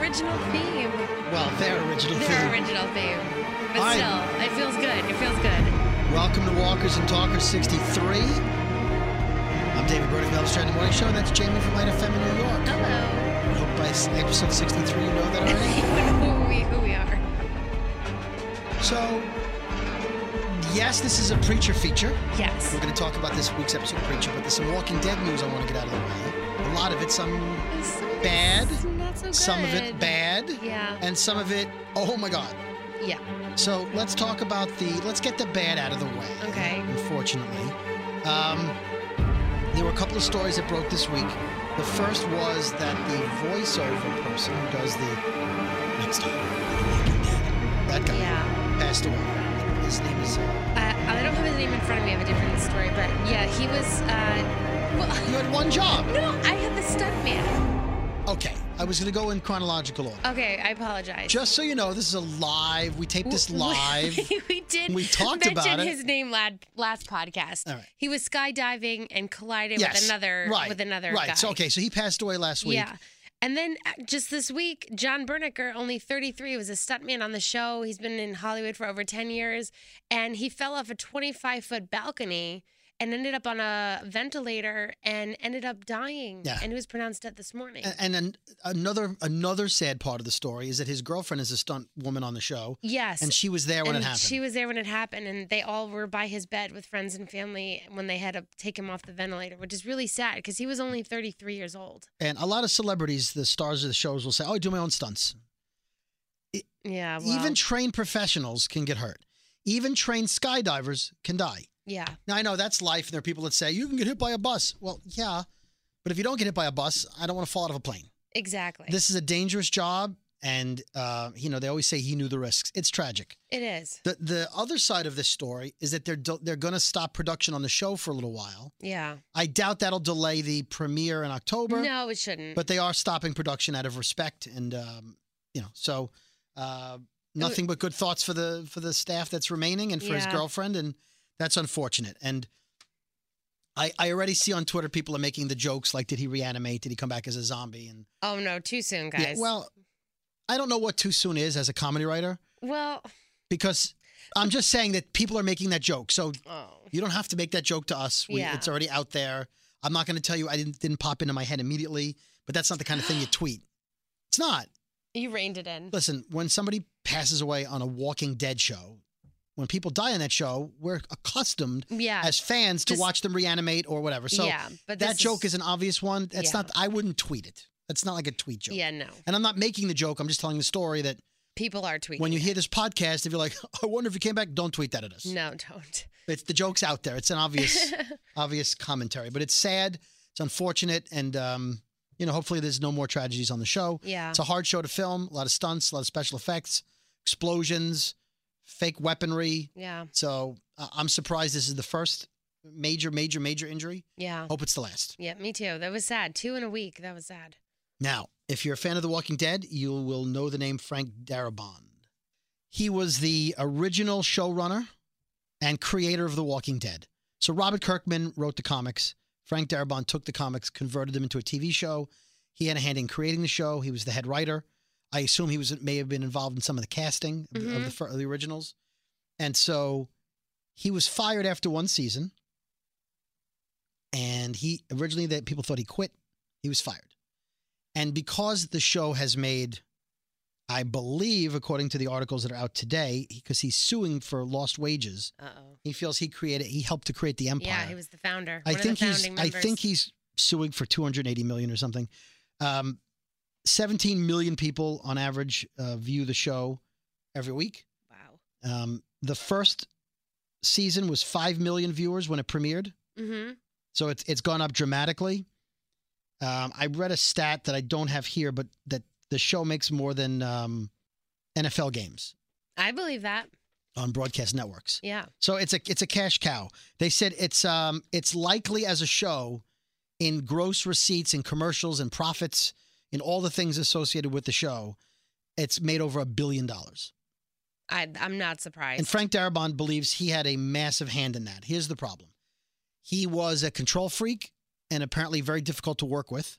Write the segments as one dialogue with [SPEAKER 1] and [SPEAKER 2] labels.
[SPEAKER 1] original theme.
[SPEAKER 2] Well, their original
[SPEAKER 1] Their
[SPEAKER 2] theme.
[SPEAKER 1] original theme. But
[SPEAKER 2] I-
[SPEAKER 1] still, it feels good. It feels good.
[SPEAKER 2] Welcome to Walkers and Talkers 63. I'm David Brody from the Strand Morning Show, and that's Jamie from Light FM in New York.
[SPEAKER 1] Hello.
[SPEAKER 2] I hope by s- episode 63 you know that already.
[SPEAKER 1] you know who we, who we are.
[SPEAKER 2] so, yes, this is a preacher feature.
[SPEAKER 1] Yes.
[SPEAKER 2] We're going to talk about this week's episode of Preacher, but there's some Walking Dead news I want to get out of the way. A lot of it, some
[SPEAKER 1] Some of it's
[SPEAKER 2] Bad.
[SPEAKER 1] Not so good.
[SPEAKER 2] some of it bad,
[SPEAKER 1] Yeah.
[SPEAKER 2] and some of it, oh my God.
[SPEAKER 1] yeah.
[SPEAKER 2] So let's talk about the let's get the bad out of the way.
[SPEAKER 1] Okay.
[SPEAKER 2] Unfortunately, um, there were a couple of stories that broke this week. The first was that the voiceover person who does the next time on Walking Dead, that guy
[SPEAKER 1] Yeah.
[SPEAKER 2] passed away. His name is.
[SPEAKER 1] Uh, I don't have his name in front of me. I have a different story, but yeah, he was. Uh, well,
[SPEAKER 2] You had one job.
[SPEAKER 1] no, I had the stuntman.
[SPEAKER 2] Okay, I was gonna go in chronological order.
[SPEAKER 1] Okay, I apologize.
[SPEAKER 2] Just so you know, this is a live. We taped this
[SPEAKER 1] We-
[SPEAKER 2] live.
[SPEAKER 1] we did.
[SPEAKER 2] We talked
[SPEAKER 1] mention
[SPEAKER 2] about it.
[SPEAKER 1] his name lad, last podcast.
[SPEAKER 2] All right.
[SPEAKER 1] He was skydiving and collided
[SPEAKER 2] yes.
[SPEAKER 1] with another
[SPEAKER 2] right.
[SPEAKER 1] with another
[SPEAKER 2] Right.
[SPEAKER 1] guy.
[SPEAKER 2] So okay, so he passed away last week.
[SPEAKER 1] Yeah. And then uh, just this week, John Bernicker, only 33, was a stuntman on the show. He's been in Hollywood for over 10 years, and he fell off a 25 foot balcony and ended up on a ventilator and ended up dying.
[SPEAKER 2] Yeah.
[SPEAKER 1] And he was pronounced dead this morning.
[SPEAKER 2] A- And an, another another sad part of the story is that his girlfriend is a stunt woman on the show,
[SPEAKER 1] yes.
[SPEAKER 2] and she was there when it
[SPEAKER 1] and
[SPEAKER 2] happened.
[SPEAKER 1] she was there when it happened, and they all were by his bed with friends and family when they had to take him off the ventilator, which is really sad because he was only 33 years old.
[SPEAKER 2] and a lot of celebrities, the stars of the shows, will say, "Oh, I do my own stunts."
[SPEAKER 1] Yeah. Well,
[SPEAKER 2] Even trained professionals can get hurt. Even trained skydivers can die.
[SPEAKER 1] yeah.
[SPEAKER 2] Now I know that's life, and there are people that say you can get hit by a bus. Well, yeah, but if you don't get hit by a bus, I don't want to fall out of a plane.
[SPEAKER 1] Exactly.
[SPEAKER 2] This is a dangerous job, and uh, you know they always say he knew the risks. It's tragic.
[SPEAKER 1] it is.
[SPEAKER 2] The the other side of this story is that they're do- they're going to stop production on the show for a little while.
[SPEAKER 1] Yeah.
[SPEAKER 2] I doubt that'll delay the premiere in October,
[SPEAKER 1] No, it shouldn't.
[SPEAKER 2] but they are stopping production out of respect, and um, you know, so uh, nothing but good thoughts for the for the staff that's remaining and for his
[SPEAKER 1] Yeah.
[SPEAKER 2] girlfriend, and that's unfortunate. And I I already see on Twitter people are making the jokes like, did he reanimate? Did he come back as a zombie? And
[SPEAKER 1] Oh no, too soon,
[SPEAKER 2] yeah,
[SPEAKER 1] guys.
[SPEAKER 2] well, I don't know what too soon is as a comedy writer
[SPEAKER 1] well,
[SPEAKER 2] because I'm just saying that people are making that joke, so
[SPEAKER 1] oh,
[SPEAKER 2] you don't have to make that joke to us. We,
[SPEAKER 1] Yeah.
[SPEAKER 2] It's already out there. I'm not going to tell you I didn't didn't pop into my head immediately, but that's not the kind of thing you tweet. It's not.
[SPEAKER 1] you reined it in.
[SPEAKER 2] Listen, when somebody passes away on a Walking Dead show, when people die on that show, we're accustomed
[SPEAKER 1] Yeah,
[SPEAKER 2] as fans to
[SPEAKER 1] Just-
[SPEAKER 2] watch them reanimate or whatever. So
[SPEAKER 1] yeah, but
[SPEAKER 2] that
[SPEAKER 1] this
[SPEAKER 2] joke is, an obvious one. That's
[SPEAKER 1] Yeah.
[SPEAKER 2] not. I wouldn't tweet it. That's not like a tweet joke.
[SPEAKER 1] yeah, no.
[SPEAKER 2] And I'm not making the joke. I'm just telling the story that
[SPEAKER 1] People are tweeting.
[SPEAKER 2] when you hear this podcast, if you're like, I wonder if you came back, don't tweet that at us.
[SPEAKER 1] no, don't.
[SPEAKER 2] It's the joke's out there. It's an obvious, obvious commentary, but it's sad. It's unfortunate, and um, you know, hopefully, there's no more tragedies on the show.
[SPEAKER 1] Yeah,
[SPEAKER 2] It's a hard show to film. A lot of stunts, a lot of special effects, explosions, fake weaponry.
[SPEAKER 1] yeah,
[SPEAKER 2] So uh, I'm surprised this is the first major, major, major injury.
[SPEAKER 1] yeah,
[SPEAKER 2] Hope it's the last.
[SPEAKER 1] yeah. Me too. That was sad. Two in a week. That was sad.
[SPEAKER 2] Now, if you're a fan of The Walking Dead, you will know the name Frank Darabont. He was the original showrunner and creator of The Walking Dead. So Robert Kirkman wrote the comics. Frank Darabont took the comics, converted them into a TV show. He had a hand in creating the show. He was the head writer. I assume he was may have been involved in some of the casting of the- of,
[SPEAKER 1] Mhm.
[SPEAKER 2] the, fir- of the originals. And so he was fired after one season. And he originally that people thought he quit. He was fired. And because the show has made, I believe, according to the articles that are out today, because he's suing for lost wages,
[SPEAKER 1] Uh oh.
[SPEAKER 2] he feels he created, he helped to create the empire.
[SPEAKER 1] Yeah, he was the founder.
[SPEAKER 2] I
[SPEAKER 1] one
[SPEAKER 2] think
[SPEAKER 1] of the
[SPEAKER 2] he's,
[SPEAKER 1] founding
[SPEAKER 2] I
[SPEAKER 1] members.
[SPEAKER 2] think he's suing for 280 million or something. Um, 17 million people on average uh, view the show every week.
[SPEAKER 1] Wow.
[SPEAKER 2] Um, the first season was 5 million viewers when it premiered.
[SPEAKER 1] Mm-hmm.
[SPEAKER 2] So it's it's gone up dramatically. Um, I read a stat that I don't have here, but that the show makes more than um, NFL games
[SPEAKER 1] I believe that.
[SPEAKER 2] on broadcast networks.
[SPEAKER 1] Yeah.
[SPEAKER 2] So it's a it's a cash cow. They said it's um it's likely as a show in gross receipts and commercials and profits and all the things associated with the show, it's made over a billion dollars.
[SPEAKER 1] I I'm not surprised.
[SPEAKER 2] And Frank Darabont believes he had a massive hand in that. Here's the problem he was a control freak and apparently very difficult to work with.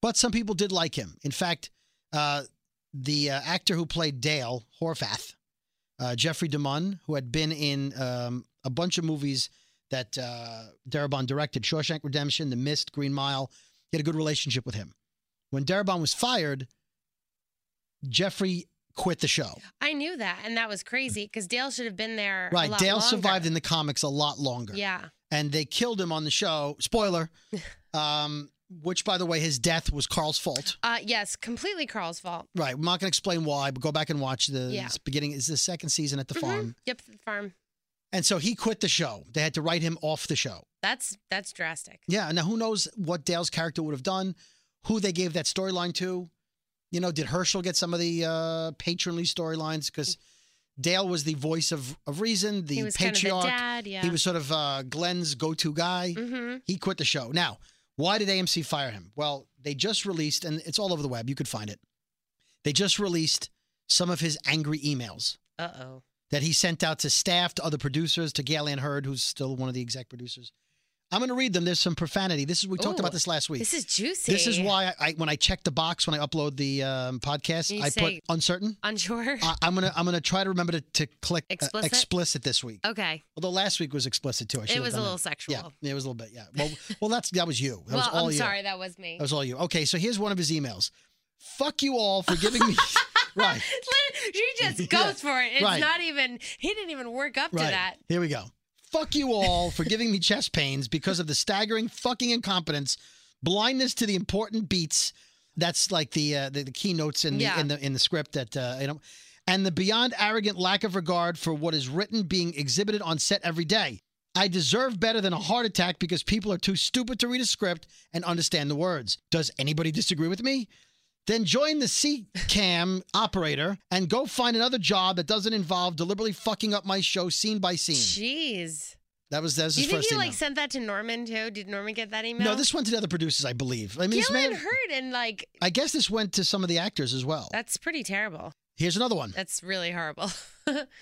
[SPEAKER 2] But some people did like him. In fact, Uh, the uh, actor who played Dale Horvath, uh, Jeffrey DeMunn, who had been in um, a bunch of movies that uh, Darabont directed, Shawshank Redemption, The Mist, Green Mile. He had a good relationship with him. When Darabont was fired, Jeffrey quit the show.
[SPEAKER 1] I knew that, and that was crazy because Dale should have been there. a
[SPEAKER 2] Right,
[SPEAKER 1] lot
[SPEAKER 2] Dale
[SPEAKER 1] longer.
[SPEAKER 2] survived in the comics a lot longer.
[SPEAKER 1] Yeah,
[SPEAKER 2] and they killed him on the show. Spoiler. um, which, by the way, his death was Carl's fault.
[SPEAKER 1] uh, yes, completely Carl's fault.
[SPEAKER 2] Right. I'm not going to explain why, but go back and watch the
[SPEAKER 1] Yeah.
[SPEAKER 2] it's beginning. Is the second season at the
[SPEAKER 1] Mhm.
[SPEAKER 2] farm,
[SPEAKER 1] Yep, the farm.
[SPEAKER 2] and so he quit the show. They had to write him off the show.
[SPEAKER 1] That's that's drastic.
[SPEAKER 2] Yeah. Now, who knows what Dale's character would have done? Who they gave that storyline to? You know, did Herschel get some of the uh, patronly storylines? Because Dale was the voice of of reason, the
[SPEAKER 1] he was
[SPEAKER 2] patriarch.
[SPEAKER 1] kind of the dad. Yeah.
[SPEAKER 2] He was sort of uh, Glenn's go-to guy.
[SPEAKER 1] hmm
[SPEAKER 2] He quit the show. Now, why did AMC fire him? Well, they just released, and it's all over the web. You could find it. They just released some of his angry emails
[SPEAKER 1] Uh oh.
[SPEAKER 2] that he sent out to staff, to other producers, to Galen Hurd, who's still one of the exec producers. I'm going to read them. There's some profanity. This is we talked
[SPEAKER 1] Ooh.
[SPEAKER 2] about this last week.
[SPEAKER 1] This is juicy.
[SPEAKER 2] This is why I, I when I check the box when I upload the um, podcast,
[SPEAKER 1] You
[SPEAKER 2] I put
[SPEAKER 1] say-
[SPEAKER 2] uncertain.
[SPEAKER 1] Unsure.
[SPEAKER 2] I, I'm gonna I'm gonna try to remember to, to click uh,
[SPEAKER 1] Explicit?
[SPEAKER 2] explicit this week.
[SPEAKER 1] okay.
[SPEAKER 2] Although last week was explicit too. I should
[SPEAKER 1] It
[SPEAKER 2] have
[SPEAKER 1] was a
[SPEAKER 2] done that.
[SPEAKER 1] little sexual.
[SPEAKER 2] Yeah, it was a little bit. Yeah. Well, well, that's that was you. That was
[SPEAKER 1] well,
[SPEAKER 2] all
[SPEAKER 1] I'm
[SPEAKER 2] you.
[SPEAKER 1] sorry, that was me.
[SPEAKER 2] That was all you. Okay, so here's one of his emails. Fuck you all for giving me. right,
[SPEAKER 1] she
[SPEAKER 2] Yeah.
[SPEAKER 1] just goes for it. It's
[SPEAKER 2] Right.
[SPEAKER 1] not even. He didn't even work up to
[SPEAKER 2] right.
[SPEAKER 1] that.
[SPEAKER 2] Here we go. Fuck you all for giving me chest pains because of the staggering fucking incompetence, blindness to the important beats. That's like the uh, the, the keynotes in the,
[SPEAKER 1] Yeah.
[SPEAKER 2] in the in the script that uh, you know, and the beyond arrogant lack of regard for what is written being exhibited on set every day. I deserve better than a heart attack because people are too stupid to read a script and understand the words. Does anybody disagree with me? Then join the C cam operator and go find another job that doesn't involve deliberately fucking up my show scene by scene.
[SPEAKER 1] Jeez.
[SPEAKER 2] That was that was
[SPEAKER 1] Do
[SPEAKER 2] his
[SPEAKER 1] you think
[SPEAKER 2] first
[SPEAKER 1] he
[SPEAKER 2] email.
[SPEAKER 1] like sent that to Norman too? Did Norman get that email?
[SPEAKER 2] no, this went to the other producers, I believe. I mean, this
[SPEAKER 1] Gillen
[SPEAKER 2] man, Oh.
[SPEAKER 1] heard and like
[SPEAKER 2] I guess this went to some of the actors as well.
[SPEAKER 1] that's pretty terrible.
[SPEAKER 2] Here's another one.
[SPEAKER 1] That's really horrible.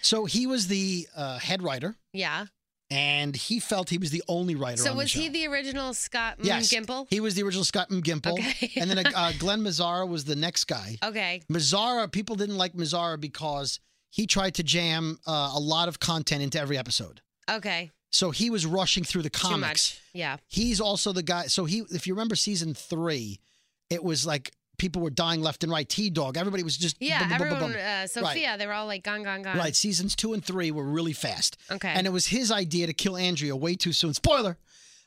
[SPEAKER 2] So he was the uh, head writer,
[SPEAKER 1] yeah.
[SPEAKER 2] and he felt he was the only writer.
[SPEAKER 1] So
[SPEAKER 2] on
[SPEAKER 1] was
[SPEAKER 2] the show.
[SPEAKER 1] he the original Scott mm,
[SPEAKER 2] Yes.
[SPEAKER 1] Gimple?
[SPEAKER 2] He was the original Scott M. Gimple,
[SPEAKER 1] Okay.
[SPEAKER 2] and then uh, uh, Glenn Mazzara was the next guy.
[SPEAKER 1] Okay.
[SPEAKER 2] Mazzara, people didn't like Mazzara because he tried to jam uh, a lot of content into every episode.
[SPEAKER 1] Okay.
[SPEAKER 2] So he was rushing through the
[SPEAKER 1] Too
[SPEAKER 2] comics.
[SPEAKER 1] much. Yeah.
[SPEAKER 2] He's also the guy. So he, if you remember season three, it was like people were dying left and right. T Dog, everybody was just
[SPEAKER 1] Yeah.
[SPEAKER 2] bum, bum, bum, bum,
[SPEAKER 1] everyone.
[SPEAKER 2] bum.
[SPEAKER 1] Uh, Sophia. They were all like gone, gone, gone.
[SPEAKER 2] Right, seasons two and three were really fast,
[SPEAKER 1] Okay.
[SPEAKER 2] and it was his idea to kill Andrea way too soon. Spoiler,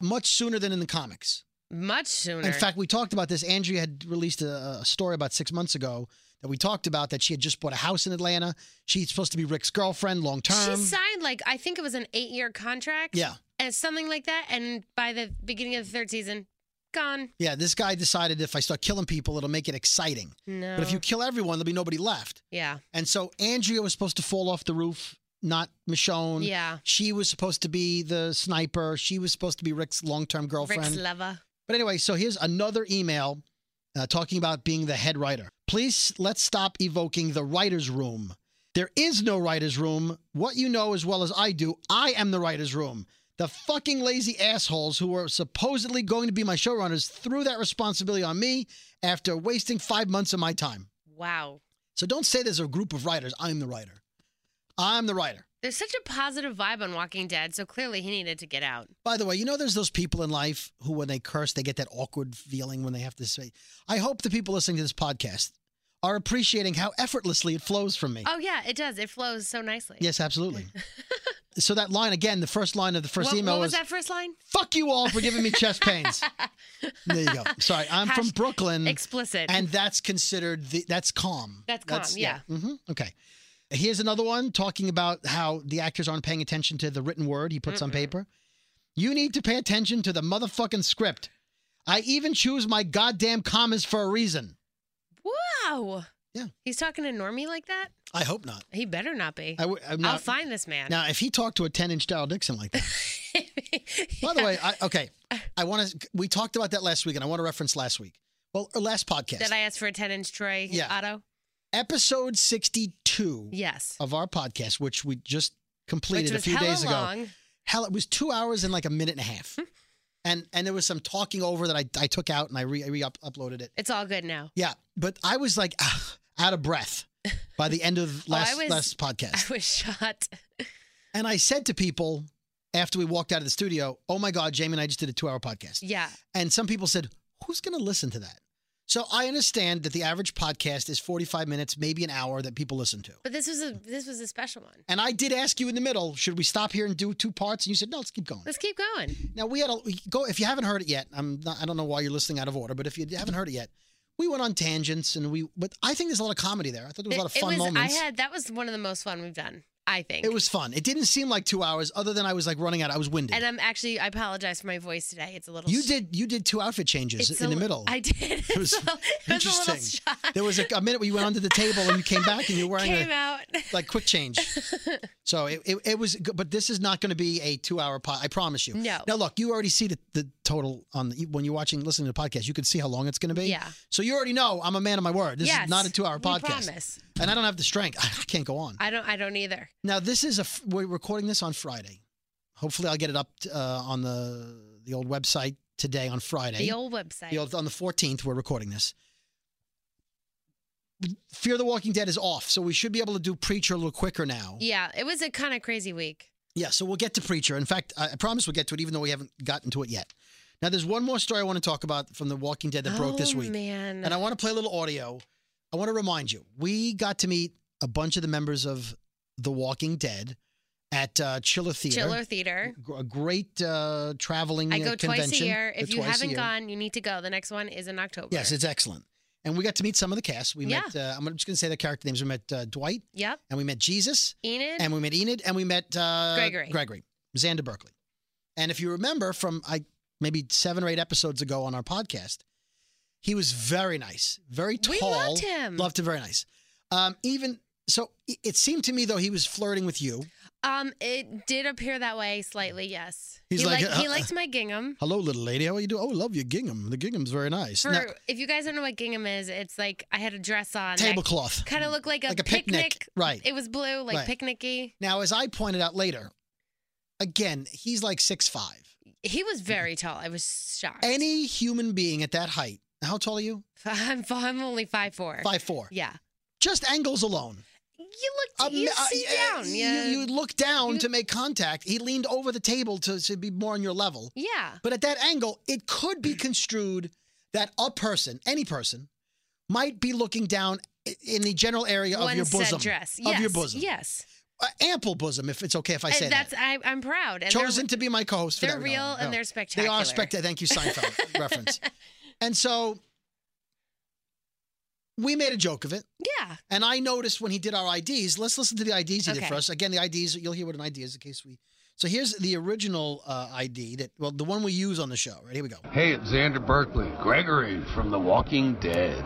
[SPEAKER 2] much sooner than in the comics.
[SPEAKER 1] Much sooner.
[SPEAKER 2] In fact, we talked about this. Andrea had released a, a story about six months ago that we talked about that she had just bought a house in Atlanta. She's supposed to be Rick's girlfriend long
[SPEAKER 1] she
[SPEAKER 2] term.
[SPEAKER 1] signed like I think it was an eight-year contract.
[SPEAKER 2] yeah,
[SPEAKER 1] and something like that. And by the beginning of the third season, gone.
[SPEAKER 2] yeah. This guy decided if I start killing people, it'll make it exciting.
[SPEAKER 1] No.
[SPEAKER 2] But if you kill everyone, there'll be nobody left.
[SPEAKER 1] yeah,
[SPEAKER 2] And so Andrea was supposed to fall off the roof, not Michonne.
[SPEAKER 1] yeah,
[SPEAKER 2] She was supposed to be the sniper. She was supposed to be Rick's long term girlfriend.
[SPEAKER 1] Rick's lover.
[SPEAKER 2] But anyway, so here's another email uh, talking about being the head writer. Please let's stop evoking the writer's room. There is no writer's room. What you know as well as I do, I am the writer's room. The fucking lazy assholes who are supposedly going to be my showrunners threw that responsibility on me after wasting five months of my time.
[SPEAKER 1] Wow,
[SPEAKER 2] So don't say there's a group of writers. I'm the writer. I'm the writer.
[SPEAKER 1] there's such a positive vibe on Walking Dead. So clearly he needed to get out.
[SPEAKER 2] By the way, you know there's those people in life who when they curse, they get that awkward feeling when they have to say. I hope the people listening to this podcast are appreciating how effortlessly it flows from me.
[SPEAKER 1] Oh yeah, it does. It flows so nicely.
[SPEAKER 2] Yes, absolutely. so that line again, the first line of the first
[SPEAKER 1] what,
[SPEAKER 2] email
[SPEAKER 1] what was that first line?
[SPEAKER 2] "Fuck you all for giving me chest pains." there you go. Sorry, I'm from
[SPEAKER 1] Hash-
[SPEAKER 2] Brooklyn,
[SPEAKER 1] Explicit.
[SPEAKER 2] Mm. and that's considered the, that's calm.
[SPEAKER 1] That's calm,
[SPEAKER 2] hmm Okay. Here's another one talking about how the actors aren't paying attention to the written word he puts on paper. You need to pay attention to the motherfucking script. I even choose my goddamn commas for a reason.
[SPEAKER 1] wow.
[SPEAKER 2] Yeah.
[SPEAKER 1] He's talking to Normie like that.
[SPEAKER 2] I hope not.
[SPEAKER 1] He better not be.
[SPEAKER 2] I w- I'm
[SPEAKER 1] I'll
[SPEAKER 2] not.
[SPEAKER 1] find this man.
[SPEAKER 2] now, if he talked to a 10 inch Daryl Dixon like that. By the way, I, okay, I want to. We talked about that last week, and I want to reference last week. Well, or last podcast,
[SPEAKER 1] Did I ask for a 10 inch Troy
[SPEAKER 2] Yeah.
[SPEAKER 1] auto?
[SPEAKER 2] episode sixty-two
[SPEAKER 1] Yes.
[SPEAKER 2] of our podcast, which we just Oh, completed
[SPEAKER 1] Which
[SPEAKER 2] a
[SPEAKER 1] was
[SPEAKER 2] few
[SPEAKER 1] hella
[SPEAKER 2] days ago.
[SPEAKER 1] long. Hmm.
[SPEAKER 2] Hell, it was two hours and like a minute and a half. and and there was some talking over that I, I took out and I re, re uploaded it.
[SPEAKER 1] It's all good now.
[SPEAKER 2] Yeah, but I was like ah, out of breath by the end of last
[SPEAKER 1] Oh, was-
[SPEAKER 2] last
[SPEAKER 1] I
[SPEAKER 2] podcast,
[SPEAKER 1] was shot.
[SPEAKER 2] and I said to people after we walked out of the studio, "Oh my God, Jamie and I just did a two hour podcast,"
[SPEAKER 1] Yeah.
[SPEAKER 2] and some people said, "Who's going to listen to that?" So I understand that the average podcast is forty five minutes, maybe an hour that people listen to.
[SPEAKER 1] But this was a this was a special one.
[SPEAKER 2] And I did ask you in the middle, should we stop here and do two parts? And you said, no, let's keep going.
[SPEAKER 1] Let's keep going.
[SPEAKER 2] Now we had a we- go. If you haven't heard it yet, I'm not, I don't know why you're listening out of order, but if you haven't heard it yet, we went on tangents and we. But I think there's a lot of comedy there. I thought there was a lot of
[SPEAKER 1] It- it
[SPEAKER 2] fun
[SPEAKER 1] was-
[SPEAKER 2] moments.
[SPEAKER 1] I had that was one of the most fun we've done, I think.
[SPEAKER 2] it was fun. It didn't seem like two hours, other than I was like running out. I was winded.
[SPEAKER 1] and I'm actually I apologize for my voice today. It's a little
[SPEAKER 2] you
[SPEAKER 1] sh-
[SPEAKER 2] did you did two outfit changes
[SPEAKER 1] it's
[SPEAKER 2] in
[SPEAKER 1] a
[SPEAKER 2] the
[SPEAKER 1] li-
[SPEAKER 2] middle.
[SPEAKER 1] I did. It
[SPEAKER 2] was
[SPEAKER 1] was, a, it was a little
[SPEAKER 2] interesting.
[SPEAKER 1] shot.
[SPEAKER 2] there was a, a minute where you went under the table and you came back and you were wearing
[SPEAKER 1] Came
[SPEAKER 2] a,
[SPEAKER 1] out.
[SPEAKER 2] like quick change. so it, it, it was, good, but this is not going to be a two hour pod. I promise you.
[SPEAKER 1] No.
[SPEAKER 2] Now look, you already see the, the total on the, when you're watching, listening to the podcast. You can see how long it's going to be.
[SPEAKER 1] Yeah.
[SPEAKER 2] So you already know I'm a man of my word. This
[SPEAKER 1] yes.
[SPEAKER 2] is not a two hour
[SPEAKER 1] we
[SPEAKER 2] podcast,
[SPEAKER 1] Promise.
[SPEAKER 2] and I don't have the strength. I can't go on.
[SPEAKER 1] I don't I don't either.
[SPEAKER 2] now this is a f- we're recording this on Friday. Hopefully, I'll get it up uh, on the the old website today on Friday.
[SPEAKER 1] The old website.
[SPEAKER 2] You know, on the 14th, we're recording this. Fear the Walking Dead is off, so we should be able to do Preacher a little quicker now.
[SPEAKER 1] yeah, it was a kind of crazy week.
[SPEAKER 2] Yeah, so we'll get to Preacher. In fact, I I promise we'll get to it, even though we haven't gotten to it yet. Now, there's one more story I want to talk about from The Walking Dead that broke this
[SPEAKER 1] Oh,
[SPEAKER 2] week.
[SPEAKER 1] Man.
[SPEAKER 2] And I want to play a little audio. I want to remind you, we got to meet a bunch of the members of The Walking Dead at uh, Chiller Theater.
[SPEAKER 1] Chiller Theater.
[SPEAKER 2] Gr- A great uh, traveling
[SPEAKER 1] I
[SPEAKER 2] uh,
[SPEAKER 1] go
[SPEAKER 2] convention.
[SPEAKER 1] twice a year. If
[SPEAKER 2] Go
[SPEAKER 1] you
[SPEAKER 2] twice a
[SPEAKER 1] haven't
[SPEAKER 2] year.
[SPEAKER 1] gone, you need to go. The next one is in October.
[SPEAKER 2] Yes, it's excellent. And we got to meet some of the cast. We
[SPEAKER 1] Yeah.
[SPEAKER 2] met, uh, I'm just going to say their character names. We met uh, Dwight,
[SPEAKER 1] Yep.
[SPEAKER 2] and we met Jesus,
[SPEAKER 1] Enid.
[SPEAKER 2] and we met Enid, and we met uh,
[SPEAKER 1] Gregory.
[SPEAKER 2] Gregory, Xander Berkeley. And if you remember from I maybe seven or eight episodes ago on our podcast, he was very nice, very tall.
[SPEAKER 1] we loved him.
[SPEAKER 2] Loved him, very nice. Um, even so, i- it seemed to me though he was flirting with you.
[SPEAKER 1] um, it did appear that way slightly. Yes.
[SPEAKER 2] He's
[SPEAKER 1] he
[SPEAKER 2] like,
[SPEAKER 1] liked, he
[SPEAKER 2] uh,
[SPEAKER 1] liked my gingham.
[SPEAKER 2] Hello, little lady. How are you doing? Oh, love your gingham. The gingham's very nice.
[SPEAKER 1] For
[SPEAKER 2] Now-
[SPEAKER 1] if you guys don't know what gingham is, it's like I had a dress on.
[SPEAKER 2] tablecloth,
[SPEAKER 1] Kind of looked like a,
[SPEAKER 2] like a picnic. right?
[SPEAKER 1] It was blue, like
[SPEAKER 2] Right.
[SPEAKER 1] picnicky.
[SPEAKER 2] Now, as I pointed out later, again, he's like six five.
[SPEAKER 1] He was very tall. I was shocked.
[SPEAKER 2] Any human being at that height, how tall are you?
[SPEAKER 1] I'm, I'm only five four.
[SPEAKER 2] Five four.
[SPEAKER 1] Yeah.
[SPEAKER 2] Just angles alone.
[SPEAKER 1] You looked.
[SPEAKER 2] Um,
[SPEAKER 1] you
[SPEAKER 2] uh,
[SPEAKER 1] sit
[SPEAKER 2] yeah,
[SPEAKER 1] down.
[SPEAKER 2] You,
[SPEAKER 1] Yeah.
[SPEAKER 2] you look down
[SPEAKER 1] You-
[SPEAKER 2] to make contact. He leaned over the table to, to be more on your level.
[SPEAKER 1] yeah.
[SPEAKER 2] But at that angle, it could be construed that a person, any person, might be looking down i- in the general area of
[SPEAKER 1] One
[SPEAKER 2] your
[SPEAKER 1] set
[SPEAKER 2] bosom.
[SPEAKER 1] dress.
[SPEAKER 2] Of your
[SPEAKER 1] Yes,
[SPEAKER 2] bosom.
[SPEAKER 1] Yes.
[SPEAKER 2] Uh, ample bosom, if it's okay if I say
[SPEAKER 1] And that's
[SPEAKER 2] that.
[SPEAKER 1] I, I'm proud. And they're-
[SPEAKER 2] Chosen to be my co-host for
[SPEAKER 1] They're
[SPEAKER 2] that
[SPEAKER 1] real
[SPEAKER 2] regard.
[SPEAKER 1] and
[SPEAKER 2] No.
[SPEAKER 1] they're spectacular.
[SPEAKER 2] They are spectacular. Thank you, Seinfeld reference. And so we made a joke of it.
[SPEAKER 1] Yeah.
[SPEAKER 2] And I noticed when he did our IDs, let's listen to the IDs he did
[SPEAKER 1] Okay.
[SPEAKER 2] for us. Again, the IDs, you'll hear what an ID is in case we. So here's the original uh, ID that, well, the one we use on the show. Right, here we go.
[SPEAKER 3] Hey, it's Xander Berkeley, Gregory from The Walking Dead.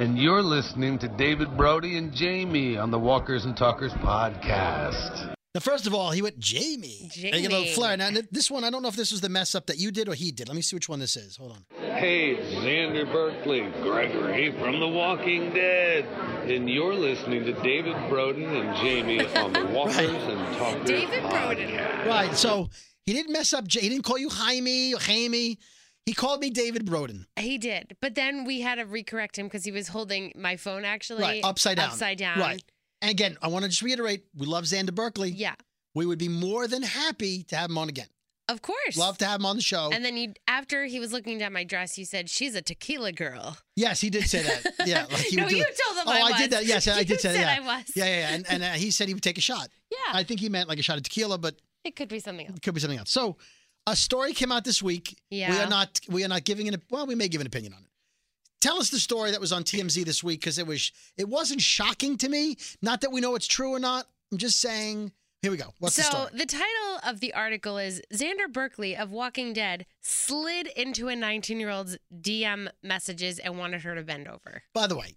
[SPEAKER 3] And you're listening to David Brody and Jamie on the Walkers and Talkers podcast.
[SPEAKER 2] Now, first of all, he went, Jamie. And you get a little
[SPEAKER 1] Jamie.
[SPEAKER 2] flair. Now, th- this one, I don't know if this was the mess up that you did or he did. Let me see which one this is. Hold on.
[SPEAKER 3] Hey, it's Xander Berkeley, Gregory from The Walking Dead. And you're listening to David Broden and Jamie on the Walkers and Talkers
[SPEAKER 1] David Broden.
[SPEAKER 3] podcast.
[SPEAKER 2] Right. So he didn't mess up. J- He didn't call you Jaime or Jaime. He called me David Broden.
[SPEAKER 1] He did. But then we had to recorrect him because he was holding my phone actually.
[SPEAKER 2] Right. Upside down.
[SPEAKER 1] Upside down.
[SPEAKER 2] Right. And again, I want to just reiterate we love Xander Berkeley.
[SPEAKER 1] Yeah.
[SPEAKER 2] We would be more than happy to have him on again.
[SPEAKER 1] Of course.
[SPEAKER 2] Love to have him on the show.
[SPEAKER 1] And then you after he was looking down my dress, you said, She's a tequila girl.
[SPEAKER 2] yes, he did say that. Yeah, like he
[SPEAKER 1] no,
[SPEAKER 2] would do
[SPEAKER 1] you
[SPEAKER 2] it.
[SPEAKER 1] told him
[SPEAKER 2] Oh,
[SPEAKER 1] I was.
[SPEAKER 2] I did that. Yes, I
[SPEAKER 1] You
[SPEAKER 2] did say
[SPEAKER 1] said
[SPEAKER 2] that.
[SPEAKER 1] I was. Ah.
[SPEAKER 2] Yeah, yeah, yeah. And, and uh, he said he would take a shot.
[SPEAKER 1] Yeah.
[SPEAKER 2] I think he meant like a shot of tequila, but
[SPEAKER 1] It could be something else.
[SPEAKER 2] it could be something else. So, a story came out this week. We
[SPEAKER 1] Yeah.
[SPEAKER 2] are not. We are not giving an. Well, we may give an opinion on it. Tell us the story that was on TMZ this week because it was. It wasn't shocking to me. Not that we know it's true or not. I'm just saying. Here we go. What's the
[SPEAKER 1] so
[SPEAKER 2] story?
[SPEAKER 1] the, title of the article is Xander Berkeley of Walking Dead slid into a 19 year old's DM messages and wanted her to bend over.
[SPEAKER 2] By the way,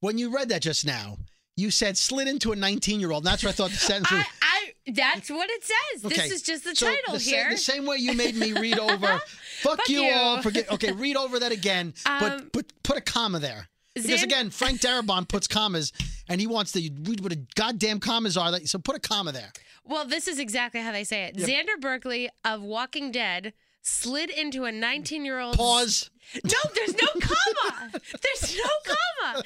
[SPEAKER 2] when you read that just now, you said slid into a 19 year old. That's what I thought the sentence was.
[SPEAKER 1] I, I that's what it says.
[SPEAKER 2] Okay,
[SPEAKER 1] This is just the
[SPEAKER 2] so
[SPEAKER 1] title
[SPEAKER 2] the
[SPEAKER 1] here.
[SPEAKER 2] Same, the same way you made me read over, fuck,
[SPEAKER 1] Fuck
[SPEAKER 2] you,
[SPEAKER 1] you.
[SPEAKER 2] all, forget. Okay, read over that again,
[SPEAKER 1] Um,
[SPEAKER 2] but but put a comma there. Because
[SPEAKER 1] Xan-
[SPEAKER 2] again, Frank Darabont puts commas, and he wants to read what a goddamn commas are. That so put a comma there.
[SPEAKER 1] well, this is exactly how they say it. Xander Berkeley of Walking Dead, slid into a 19 year old.
[SPEAKER 2] Pause.
[SPEAKER 1] No, there's no comma. There's no comma.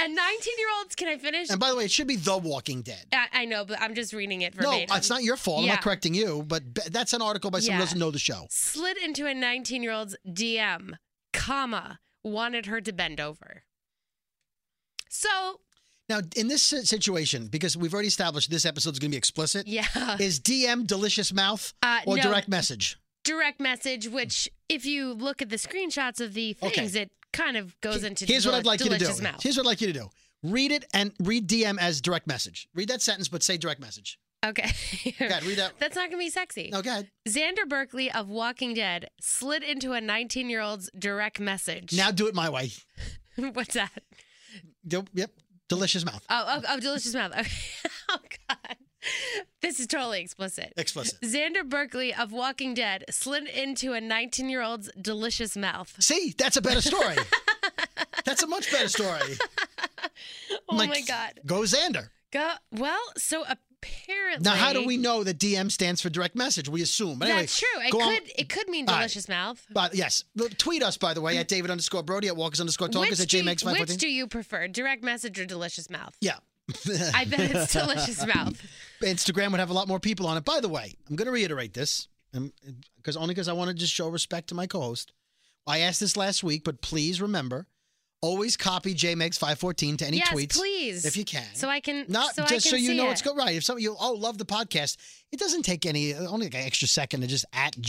[SPEAKER 1] And 19 year olds, can I finish?
[SPEAKER 2] And by the way, it should be The Walking Dead.
[SPEAKER 1] I, I know, but I'm just reading it
[SPEAKER 2] No,
[SPEAKER 1] verbatim.
[SPEAKER 2] it's not your fault. I'm
[SPEAKER 1] Yeah.
[SPEAKER 2] not correcting you, but be- that's an article by someone
[SPEAKER 1] Yeah.
[SPEAKER 2] who doesn't know the show.
[SPEAKER 1] Slid into a 19 year old's DM, comma, wanted her to bend over. So,
[SPEAKER 2] Now, in this si- situation, because we've already established this episode's going to be explicit,
[SPEAKER 1] yeah.
[SPEAKER 2] is DM delicious mouth
[SPEAKER 1] Uh,
[SPEAKER 2] or
[SPEAKER 1] no,
[SPEAKER 2] direct message?
[SPEAKER 1] direct message, which if you look at the screenshots of the
[SPEAKER 2] Okay.
[SPEAKER 1] things, it kind of goes into
[SPEAKER 2] Here's what
[SPEAKER 1] deli-
[SPEAKER 2] I'd like you to do.
[SPEAKER 1] delicious mouth.
[SPEAKER 2] Here's what I'd like you to do. Read it and read DM as direct message. Read that sentence, but say direct message.
[SPEAKER 1] Okay.
[SPEAKER 2] Go ahead, read that.
[SPEAKER 1] That's not going to be sexy.
[SPEAKER 2] No, go ahead.
[SPEAKER 1] Xander Berkeley of Walking Dead slid into a 19 year old's direct message.
[SPEAKER 2] Now do it my way.
[SPEAKER 1] What's that?
[SPEAKER 2] Do- Yep. Delicious mouth.
[SPEAKER 1] Oh, oh, oh delicious mouth. Okay. oh, God. This is totally explicit.
[SPEAKER 2] Explicit.
[SPEAKER 1] Xander Berkeley of Walking Dead slid into a 19 year old's delicious mouth.
[SPEAKER 2] See, that's a better story. that's a much better story.
[SPEAKER 1] Oh
[SPEAKER 2] Like,
[SPEAKER 1] my God.
[SPEAKER 2] Go Xander.
[SPEAKER 1] Go, well, so apparently.
[SPEAKER 2] Now, how do we know that DM stands for direct message? We assume. But anyway,
[SPEAKER 1] That's true. It
[SPEAKER 2] go
[SPEAKER 1] could
[SPEAKER 2] on-
[SPEAKER 1] it could mean
[SPEAKER 2] All right.
[SPEAKER 1] delicious mouth.
[SPEAKER 2] But yes, Look, tweet us by the way at David underscore Brody at Walkers underscore
[SPEAKER 1] Which
[SPEAKER 2] Talkers at
[SPEAKER 1] do, you,
[SPEAKER 2] JMX five
[SPEAKER 1] which
[SPEAKER 2] fourteen.
[SPEAKER 1] do you prefer, direct message or delicious mouth?
[SPEAKER 2] Yeah,
[SPEAKER 1] I bet it's delicious mouth.
[SPEAKER 2] Instagram would have a lot more people on it. By the way, I'm going to reiterate this um, because only because I want to just show respect to my co-host. I asked this last week, but please remember, always copy JMegs five fourteen to any
[SPEAKER 1] yes,
[SPEAKER 2] tweets
[SPEAKER 1] please.
[SPEAKER 2] if you can.
[SPEAKER 1] So I can.
[SPEAKER 2] not
[SPEAKER 1] so I
[SPEAKER 2] just so
[SPEAKER 1] can
[SPEAKER 2] you
[SPEAKER 1] see
[SPEAKER 2] know
[SPEAKER 1] it.
[SPEAKER 2] it's good right if some you oh love the podcast it doesn't take any only like an extra second to just at E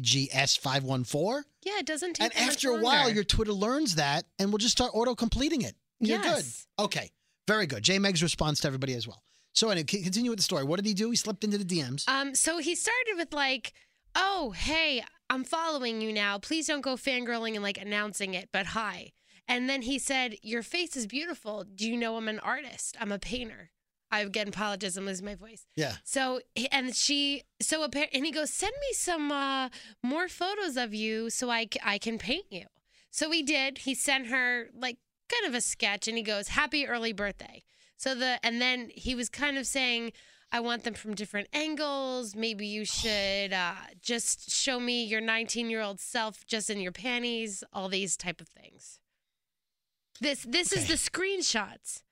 [SPEAKER 2] jmegs 514
[SPEAKER 1] Yeah, it doesn't take.
[SPEAKER 2] and
[SPEAKER 1] that much
[SPEAKER 2] after a while
[SPEAKER 1] longer.
[SPEAKER 2] your twitter learns that and will just start auto completing it you're
[SPEAKER 1] Yes.
[SPEAKER 2] good okay very good jmegs responds to everybody as well so anyway c- continue with the story what did he do he slipped into the dms
[SPEAKER 1] Um. So he started with like, "Oh, hey, I'm following you now. Please don't go fangirling and like announcing it, but hi." And then he said, "Your face is beautiful. Do you know I'm an artist? I'm a painter." I again apologize. I'm losing my voice.
[SPEAKER 2] yeah
[SPEAKER 1] So he- and she so apparent and he goes send me some uh, more photos of you so I c- I can paint you. So he did. He sent her like kind of a sketch and he goes happy early birthday. So the and then he was kind of saying I want them from different angles. Maybe you should uh, just show me your 19 year old self just in your panties. All these type of things. This this is
[SPEAKER 2] Okay.
[SPEAKER 1] the screenshots.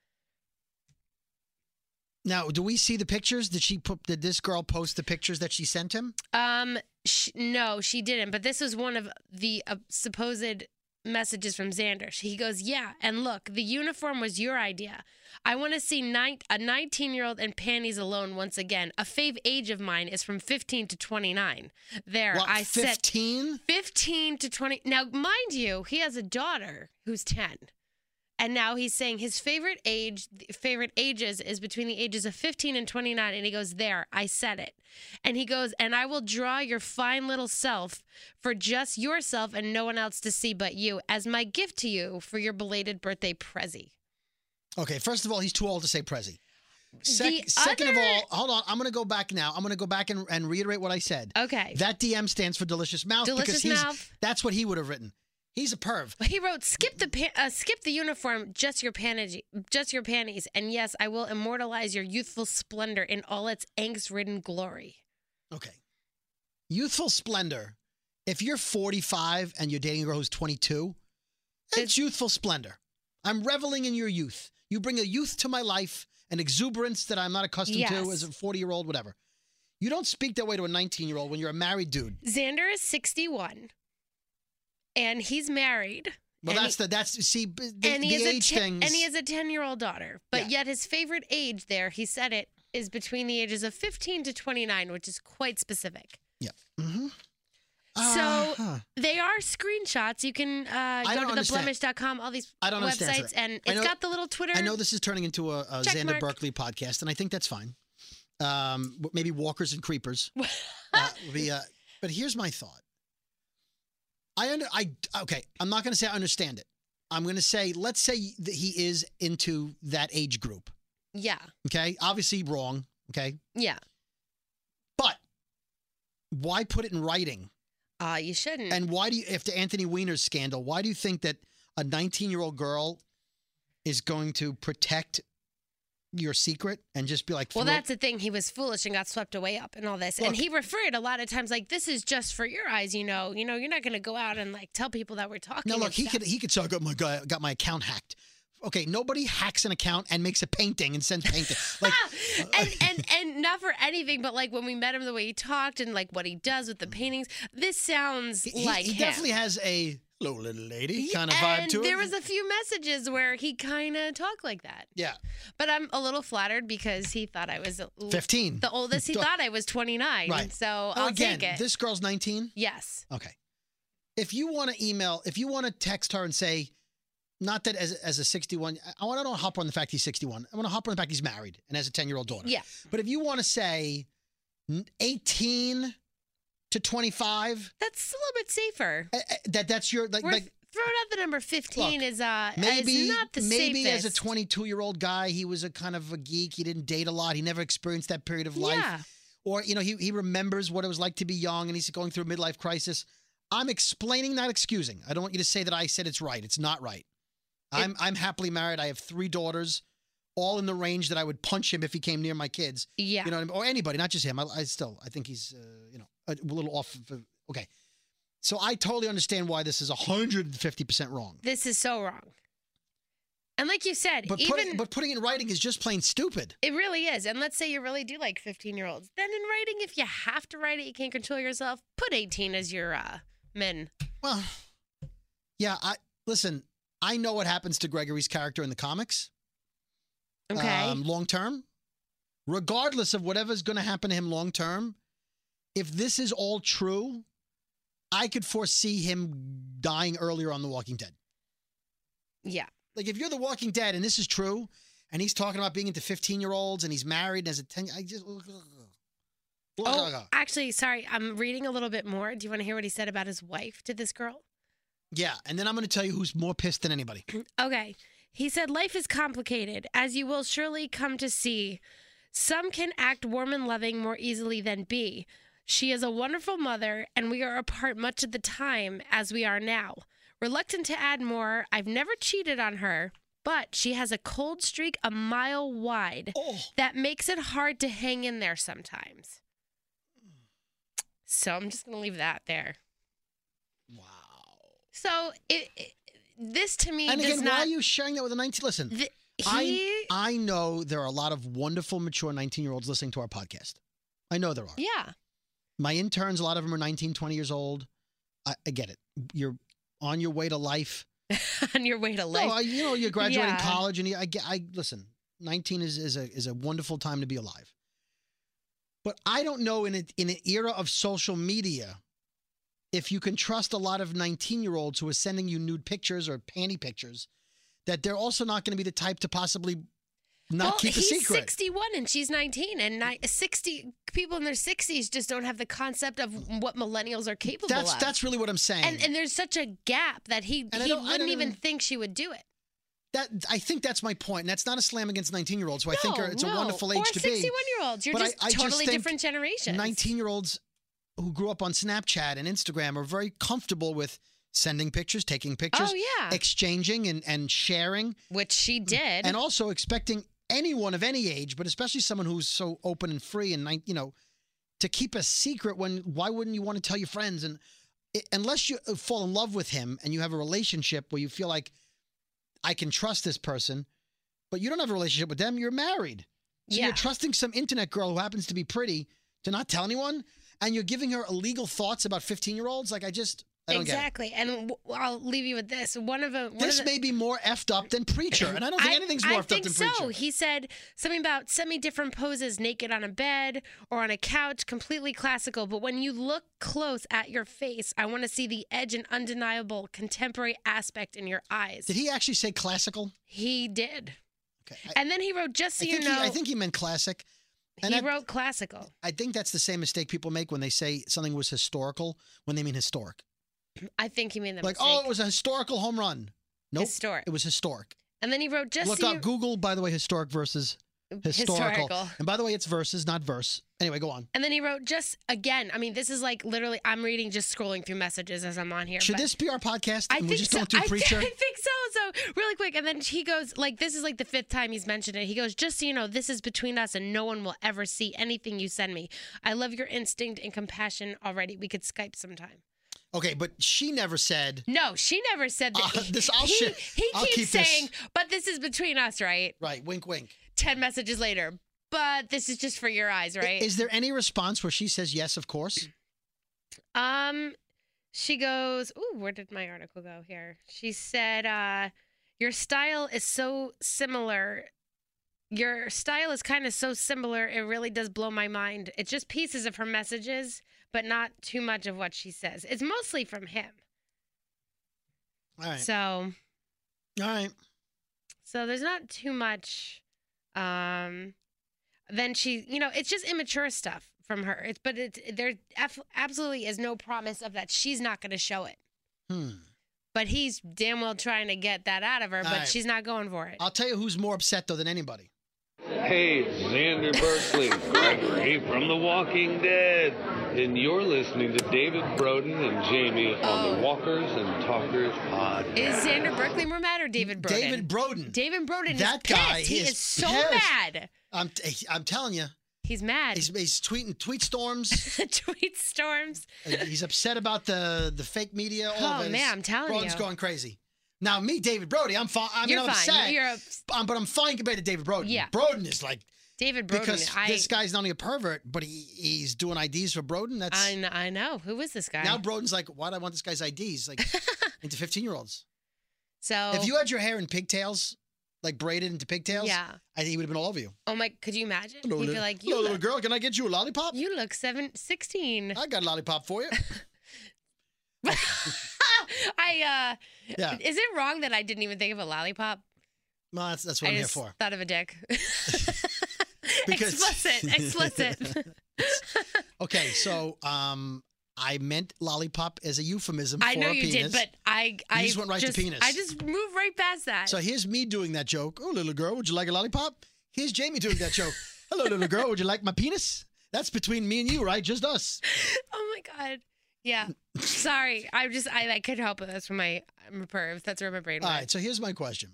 [SPEAKER 2] now do we see the pictures did she put did this girl post the pictures that she sent him
[SPEAKER 1] Um, sh- no, she didn't. But this was one of the uh, supposed messages from Xander. She- He goes, "Yeah, and look, the uniform was your idea. I want to see nine- a 19-year-old in panties alone once again. A fave age of mine is from 15 to 29. There,
[SPEAKER 2] what
[SPEAKER 1] I said
[SPEAKER 2] 15
[SPEAKER 1] 15 to 20. Now, mind you, he has a daughter who's 10. And now he's saying his favorite age, favorite ages is between the ages of 15 and 29. And he goes, There, I said it. And he goes, And I will draw your fine little self for just yourself and no one else to see but you as my gift to you for your belated birthday prezzy.
[SPEAKER 2] Okay, first of all, he's too old to say Prezi. Sec-
[SPEAKER 1] The
[SPEAKER 2] second of
[SPEAKER 1] other-
[SPEAKER 2] all, hold on. I'm going to go back now. I'm going to go back and, and reiterate what I said.
[SPEAKER 1] Okay.
[SPEAKER 2] That DM stands for delicious mouth because
[SPEAKER 1] Delicious
[SPEAKER 2] he's
[SPEAKER 1] Mouth.
[SPEAKER 2] that's what he would have written. He's a perv.
[SPEAKER 1] He wrote, "Skip the pa- uh, skip the uniform, just your panties, just your panties, and yes, I will immortalize your youthful splendor in all its angst-ridden glory."
[SPEAKER 2] Okay. Youthful splendor. If you're 45 and you're dating a girl who's 22, that's
[SPEAKER 1] It's-
[SPEAKER 2] youthful splendor. I'm reveling in your youth. You bring a youth to my life, an exuberance that I'm not accustomed
[SPEAKER 1] Yes.
[SPEAKER 2] to as a 40 year old, whatever. You don't speak that way to a 19 year old when you're a married dude.
[SPEAKER 1] Xander is sixty-one, and he's married.
[SPEAKER 2] Well,
[SPEAKER 1] and
[SPEAKER 2] that's
[SPEAKER 1] he,
[SPEAKER 2] the that's see b- the,
[SPEAKER 1] and he
[SPEAKER 2] the
[SPEAKER 1] has
[SPEAKER 2] age
[SPEAKER 1] a ten-
[SPEAKER 2] things.
[SPEAKER 1] and he has a ten-year-old daughter. But
[SPEAKER 2] Yeah.
[SPEAKER 1] yet, his favorite age there, he said it, is between the ages of fifteen to twenty-nine, which is quite specific.
[SPEAKER 2] yeah. hmm
[SPEAKER 1] So,
[SPEAKER 2] Uh-huh.
[SPEAKER 1] They are screenshots. You can uh,
[SPEAKER 2] don't
[SPEAKER 1] go to
[SPEAKER 2] understand.
[SPEAKER 1] theblemish.com, all these
[SPEAKER 2] I don't understand,
[SPEAKER 1] websites,
[SPEAKER 2] Sarah.
[SPEAKER 1] and
[SPEAKER 2] I
[SPEAKER 1] it's
[SPEAKER 2] know-
[SPEAKER 1] got the little Twitter.
[SPEAKER 2] I know this is turning into a, a
[SPEAKER 1] Check
[SPEAKER 2] Xander
[SPEAKER 1] mark.
[SPEAKER 2] Berkeley podcast, and I think that's fine. Um, w- maybe Walkers and Creepers. uh, would be, uh, but here's my thought. I under I okay. I'm not going to say I understand it. I'm going to say let's say that he is into that age group.
[SPEAKER 1] Yeah,
[SPEAKER 2] Okay, obviously wrong. Okay,
[SPEAKER 1] yeah.
[SPEAKER 2] but why put it in writing?
[SPEAKER 1] Ah, you shouldn't.
[SPEAKER 2] And why do you, after Anthony Weiner's scandal, why do you think that a 19 year old girl is going to protect your secret and just be like,
[SPEAKER 1] Well,
[SPEAKER 2] throw-
[SPEAKER 1] that's the thing. He was foolish and got swept away up and all this. and
[SPEAKER 2] Look.
[SPEAKER 1] he referred a lot of times like, "This is just for your eyes." You know, you know, you're not going to go out and like tell people that we're talking.
[SPEAKER 2] Now
[SPEAKER 1] and
[SPEAKER 2] look, he
[SPEAKER 1] stuff.
[SPEAKER 2] could he could say I got my guy got my account hacked. Okay, nobody hacks an account and makes a painting and sends painting. Like
[SPEAKER 1] and and and not for anything, but like when we met him, the way he talked and like what he does with the paintings. This sounds
[SPEAKER 2] he,
[SPEAKER 1] like
[SPEAKER 2] he
[SPEAKER 1] him.
[SPEAKER 2] definitely has a hello little lady kind of
[SPEAKER 1] and
[SPEAKER 2] vibe to
[SPEAKER 1] there
[SPEAKER 2] it.
[SPEAKER 1] was a few messages where he kind of talked like that.
[SPEAKER 2] yeah,
[SPEAKER 1] But I'm a little flattered because he thought I was
[SPEAKER 2] fifteen.
[SPEAKER 1] the oldest. He
[SPEAKER 2] Duh.
[SPEAKER 1] thought I was 29.
[SPEAKER 2] Right.
[SPEAKER 1] So
[SPEAKER 2] Now,
[SPEAKER 1] I'll
[SPEAKER 2] again,
[SPEAKER 1] take it.
[SPEAKER 2] this girl's nineteen.
[SPEAKER 1] yes.
[SPEAKER 2] Okay. If you want to email, if you want to text her and say, not that as as a 61, I- I want to hop on the fact he's 61. I want to hop on the fact he's married and has a 10 year old daughter.
[SPEAKER 1] Yeah.
[SPEAKER 2] But if you want to say n- 18 to 25,
[SPEAKER 1] That's a little bit safer.
[SPEAKER 2] eh, eh, that that's your like,
[SPEAKER 1] We're
[SPEAKER 2] like
[SPEAKER 1] throwing out the number 15
[SPEAKER 2] Look,
[SPEAKER 1] is uh is
[SPEAKER 2] maybe
[SPEAKER 1] not the
[SPEAKER 2] maybe
[SPEAKER 1] safest.
[SPEAKER 2] as a 22 year old guy, he was a kind of a geek. He didn't date a lot. He never experienced that period of life.
[SPEAKER 1] Yeah.
[SPEAKER 2] Or you know, he he remembers what it was like to be young, and he's going through a midlife crisis. I'm explaining, not excusing. I don't want you to say that I said it's right. It's not right. I'm I'm happily married. I have three daughters, all in the range that I would punch him if he came near my kids.
[SPEAKER 1] Yeah.
[SPEAKER 2] You know what I mean? Or anybody, not just him. I, I still, I think he's, uh, you know, a little off. Of, uh, okay. So I totally understand why this is 150% wrong.
[SPEAKER 1] this is so wrong. And like you said,
[SPEAKER 2] But,
[SPEAKER 1] even
[SPEAKER 2] putting, but putting it in writing is just plain stupid.
[SPEAKER 1] It really is. And let's say you really do like 15 year olds. Then in writing, if you have to write it, you can't control yourself, put 18 as your uh, min.
[SPEAKER 2] Well, yeah. I listen. I know what happens to Gregory's character in the comics.
[SPEAKER 1] Okay.
[SPEAKER 2] long term, um, regardless of whatever's going to happen to him long term, if this is all true, I could foresee him dying earlier on The Walking Dead.
[SPEAKER 1] yeah.
[SPEAKER 2] Like if you're The Walking Dead and this is true, and he's talking about being into 15 year olds and he's married and has a 10, I just.
[SPEAKER 1] Oh, actually, sorry. I'm reading a little bit more. Do you want to hear what he said about his wife to this girl?
[SPEAKER 2] Yeah, and then I'm going to tell you who's more pissed than anybody.
[SPEAKER 1] Okay. He said, Life is complicated, as you will surely come to see. Some can act warm and loving more easily than be. She is a wonderful mother, and we are apart much of the time as we are now. Reluctant to add more, I've never cheated on her, but she has a cold streak a mile wide
[SPEAKER 2] Oh,
[SPEAKER 1] that makes it hard to hang in there sometimes. So I'm just going to leave that there.
[SPEAKER 2] wow.
[SPEAKER 1] So it, it- this to me
[SPEAKER 2] And
[SPEAKER 1] does
[SPEAKER 2] again, why
[SPEAKER 1] not.
[SPEAKER 2] are you sharing that with a 19? Listen,
[SPEAKER 1] th-
[SPEAKER 2] I,
[SPEAKER 1] he-
[SPEAKER 2] I know there are a lot of wonderful, mature 19 year olds listening to our podcast. I know there are.
[SPEAKER 1] Yeah.
[SPEAKER 2] My interns, a lot of them are 19, 20 years old. I, I get it. You're on your way to life.
[SPEAKER 1] On your way to life.
[SPEAKER 2] no, I, you know, you're graduating
[SPEAKER 1] Yeah.
[SPEAKER 2] college, and you- I, get- I listen. 19 is, is a is a wonderful time to be alive. But I don't know in a, in an era of social media, if you can trust a lot of 19 year olds who are sending you nude pictures or panty pictures, that they're also not going to be the type to possibly not
[SPEAKER 1] well,
[SPEAKER 2] keep a
[SPEAKER 1] he's
[SPEAKER 2] secret.
[SPEAKER 1] 61 and she's 19, and ni- 60 people in their 60s just don't have the concept of what millennials are capable
[SPEAKER 2] That's
[SPEAKER 1] of.
[SPEAKER 2] that's really what I'm saying.
[SPEAKER 1] and, and there's such a gap that he,
[SPEAKER 2] I
[SPEAKER 1] he
[SPEAKER 2] don't- I
[SPEAKER 1] wouldn't
[SPEAKER 2] don't
[SPEAKER 1] even
[SPEAKER 2] even-
[SPEAKER 1] think she would do it.
[SPEAKER 2] that I think that's my point. And that's not a slam against 19 year olds, who I think
[SPEAKER 1] no,
[SPEAKER 2] are, it's
[SPEAKER 1] no.
[SPEAKER 2] a wonderful age
[SPEAKER 1] or
[SPEAKER 2] to
[SPEAKER 1] 61
[SPEAKER 2] be.
[SPEAKER 1] year olds. You're
[SPEAKER 2] But I-
[SPEAKER 1] just
[SPEAKER 2] I just
[SPEAKER 1] totally
[SPEAKER 2] think
[SPEAKER 1] different generations.
[SPEAKER 2] 19 year olds who grew up on Snapchat and Instagram are very comfortable with sending pictures, taking pictures,
[SPEAKER 1] Oh, yeah.
[SPEAKER 2] exchanging and, and sharing,
[SPEAKER 1] Which she did.
[SPEAKER 2] and also expecting anyone of any age, but especially someone who's so open and free and, nine- you know, to keep a secret when why wouldn't you want to tell your friends? And i unless you uh, fall in love with him and you have a relationship where you feel like I can trust this person, but you don't have a relationship with them, you're married. So
[SPEAKER 1] yeah.
[SPEAKER 2] you're trusting some internet girl who happens to be pretty to not tell anyone, and you're giving her illegal thoughts about 15 year olds. Like I just, I don't
[SPEAKER 1] exactly. And w- I'll leave you with this. One of them.
[SPEAKER 2] get it. This may be more effed up than preacher, and I don't think anything's more
[SPEAKER 1] I
[SPEAKER 2] effed up
[SPEAKER 1] think
[SPEAKER 2] than
[SPEAKER 1] so.
[SPEAKER 2] preacher.
[SPEAKER 1] He said something about semi different poses, naked on a bed or on a couch, completely classical. But when you look close at your face, I want to see the edge and undeniable contemporary aspect in your eyes.
[SPEAKER 2] Did he actually say classical?
[SPEAKER 1] He did.
[SPEAKER 2] Okay, I,
[SPEAKER 1] And then he wrote, just so
[SPEAKER 2] I
[SPEAKER 1] you
[SPEAKER 2] think
[SPEAKER 1] know,
[SPEAKER 2] he, I think he meant classic.
[SPEAKER 1] he
[SPEAKER 2] And I,
[SPEAKER 1] wrote classical.
[SPEAKER 2] I think that's the same mistake people make when they say something was historical when they mean historic.
[SPEAKER 1] I think he made that
[SPEAKER 2] like,
[SPEAKER 1] mistake.
[SPEAKER 2] oh, it was a historical home run. Nope,
[SPEAKER 1] Historic.
[SPEAKER 2] it was historic.
[SPEAKER 1] and then he wrote, just
[SPEAKER 2] Look
[SPEAKER 1] so
[SPEAKER 2] up
[SPEAKER 1] you
[SPEAKER 2] Google, by the way, historic versus historical.
[SPEAKER 1] Historical.
[SPEAKER 2] And by the way, it's verses, not verse. Anyway, go on.
[SPEAKER 1] And then he wrote, just again, I mean, this is like literally, I'm reading, just scrolling through messages as I'm on here.
[SPEAKER 2] Should
[SPEAKER 1] but-
[SPEAKER 2] this be our podcast?
[SPEAKER 1] I
[SPEAKER 2] and
[SPEAKER 1] think
[SPEAKER 2] we just
[SPEAKER 1] so.
[SPEAKER 2] don't do
[SPEAKER 1] I, thi-
[SPEAKER 2] preacher.
[SPEAKER 1] I think so. So really quick, and then he goes like, "This is like the fifth time he's mentioned it." He goes, "Just so you know, this is between us, and no one will ever see anything you send me. I love your instinct and compassion already. We could Skype sometime."
[SPEAKER 2] Okay, but she never said.
[SPEAKER 1] No, she never said that.
[SPEAKER 2] Uh, this- I'll
[SPEAKER 1] he,
[SPEAKER 2] shit-
[SPEAKER 1] he
[SPEAKER 2] I'll keep
[SPEAKER 1] keeps
[SPEAKER 2] this.
[SPEAKER 1] saying, "But this is between us, right?"
[SPEAKER 2] Right, wink, wink.
[SPEAKER 1] Ten messages later, but this is just for your eyes,
[SPEAKER 2] I-
[SPEAKER 1] right?
[SPEAKER 2] Is there any response where she says yes? Of course.
[SPEAKER 1] Um, she goes, "Ooh, where did my article go here?" She said, "Uh, your style is so similar. Your style is kind of so similar. It really does blow my mind. It's just pieces of her messages, but not too much of what she says. It's mostly from him.
[SPEAKER 2] All right.
[SPEAKER 1] So,
[SPEAKER 2] All right.
[SPEAKER 1] so there's not too much. Um, then she, you know, it's just immature stuff from her. It's but it's there af- absolutely is no promise of that she's not going to show it."
[SPEAKER 2] Hmm.
[SPEAKER 1] But he's damn well trying to get that out of her, but
[SPEAKER 2] Alright.
[SPEAKER 1] she's not going for it.
[SPEAKER 2] I'll tell you who's more upset though than anybody.
[SPEAKER 3] Hey, it's Xander Berkeley Gregory from The Walking Dead. And you're listening to David Broden and Jamie on the Walkers and Talkers podcast.
[SPEAKER 1] Is Xander Berkeley more mad or David Broden?
[SPEAKER 2] David Broden.
[SPEAKER 1] David Broden
[SPEAKER 2] That
[SPEAKER 1] is pissed.
[SPEAKER 2] guy
[SPEAKER 1] he
[SPEAKER 2] is
[SPEAKER 1] is, so
[SPEAKER 2] pissed.
[SPEAKER 1] mad.
[SPEAKER 2] I'm t- I'm telling you,
[SPEAKER 1] He's mad.
[SPEAKER 2] he's, he's tweeting tweet storms.
[SPEAKER 1] Tweet storms.
[SPEAKER 2] Uh, he's upset about the the fake media. All of
[SPEAKER 1] Oh,
[SPEAKER 2] it.
[SPEAKER 1] man, I'm telling
[SPEAKER 2] Broden's
[SPEAKER 1] you.
[SPEAKER 2] going crazy. Now me, David Brody, I'm fine. I mean,
[SPEAKER 1] You're
[SPEAKER 2] I'm
[SPEAKER 1] fine.
[SPEAKER 2] upset,
[SPEAKER 1] You're a,
[SPEAKER 2] um, but I'm fine compared to David Broden.
[SPEAKER 1] Yeah.
[SPEAKER 2] Broden is like
[SPEAKER 1] David Broden.
[SPEAKER 2] because
[SPEAKER 1] I,
[SPEAKER 2] this guy's not only a pervert, but he, he's doing IDs for Broden. That's
[SPEAKER 1] I, kn- I know. Who is this guy?
[SPEAKER 2] now Broden's like, why do I want this guy's IDs? Like into 15 year olds.
[SPEAKER 1] so
[SPEAKER 2] If you had your hair in pigtails, like braided into pigtails,
[SPEAKER 1] yeah.
[SPEAKER 2] I think he would have been all over you.
[SPEAKER 1] Oh my. Could you imagine?
[SPEAKER 2] Hello,
[SPEAKER 1] He'd be
[SPEAKER 2] little-
[SPEAKER 1] like,
[SPEAKER 2] hello,
[SPEAKER 1] you
[SPEAKER 2] little
[SPEAKER 1] look,
[SPEAKER 2] girl, can I get you a lollipop?
[SPEAKER 1] you look seven, 16.
[SPEAKER 2] I got a lollipop for you.
[SPEAKER 1] I uh.
[SPEAKER 2] Oh. Yeah.
[SPEAKER 1] Is it wrong that I didn't even think of a lollipop?
[SPEAKER 2] Well, that's, that's what
[SPEAKER 1] I
[SPEAKER 2] I am here
[SPEAKER 1] just
[SPEAKER 2] for.
[SPEAKER 1] Thought of a dick.
[SPEAKER 2] Because-
[SPEAKER 1] explicit, explicit.
[SPEAKER 2] Okay, so um, I meant lollipop as a euphemism
[SPEAKER 1] I
[SPEAKER 2] for
[SPEAKER 1] know
[SPEAKER 2] a
[SPEAKER 1] you
[SPEAKER 2] penis.
[SPEAKER 1] did, but I, I
[SPEAKER 2] just went right to penis.
[SPEAKER 1] I just moved right past that.
[SPEAKER 2] So here's me doing that joke. Oh, little girl, would you like a lollipop? Here's Jamie doing that joke. Hello, little girl, would you like my penis? That's between me and you, right? Just us.
[SPEAKER 1] oh my god. Yeah. Sorry, I just I, I couldn't help it. That's where my I'm a perv. That's where my brain
[SPEAKER 2] All
[SPEAKER 1] went.
[SPEAKER 2] right, so here's my question.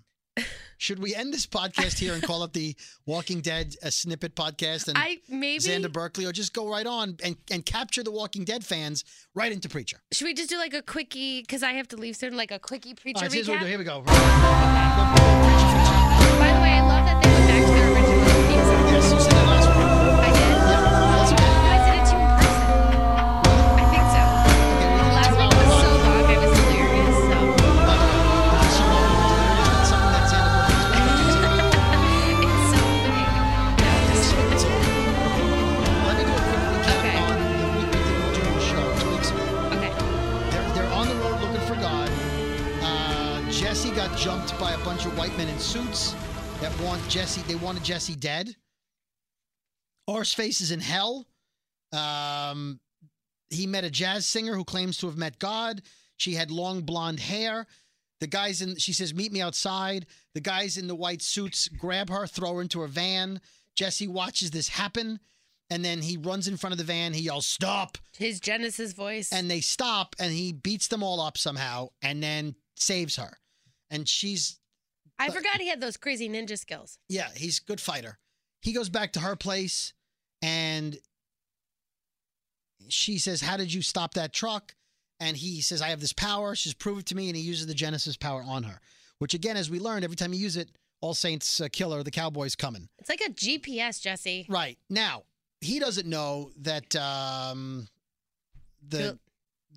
[SPEAKER 2] Should we end this podcast here and call up the Walking Dead a snippet podcast and
[SPEAKER 1] I maybe
[SPEAKER 2] Xander Berkeley, or just go right on and, and capture the Walking Dead fans right into Preacher?
[SPEAKER 1] should we just do like a quickie because I have to leave soon, like a quickie
[SPEAKER 2] All
[SPEAKER 1] preacher
[SPEAKER 2] right, so here's what we do.
[SPEAKER 1] recap.
[SPEAKER 2] Here we go.
[SPEAKER 1] By the way, I love that they went back to their original theme song.
[SPEAKER 2] Yes, you said that last one.
[SPEAKER 1] I did. No, I said it to you in person. I think so. The last one was so long, it was hilarious. So it's so big. No, this is okay.
[SPEAKER 2] Uh, Jesse got jumped by a bunch of white men in suits that want Jesse. They wanted Jesse dead. Arseface is in hell. Um, he met a jazz singer who claims to have met God. She had long blonde hair. The guys in she says, "Meet me outside." The guys in the white suits grab her, throw her into a van. Jesse watches this happen, and then he runs in front of the van. He yells, "Stop!"
[SPEAKER 1] His Genesis voice.
[SPEAKER 2] and they stop, and he beats them all up somehow, and then saves her. And she's
[SPEAKER 1] I forgot he had those crazy ninja skills.
[SPEAKER 2] yeah, he's a good fighter. He goes back to her place, and she says, "How did you stop that truck?" And he says, "I have this power." She's prove it to me, and he uses the Genesis power on her. Which again, as we learned, every time you use it, All Saints uh, killer, the Cowboys coming.
[SPEAKER 1] It's like a GPS, Jesse.
[SPEAKER 2] Right now, he doesn't know that um, the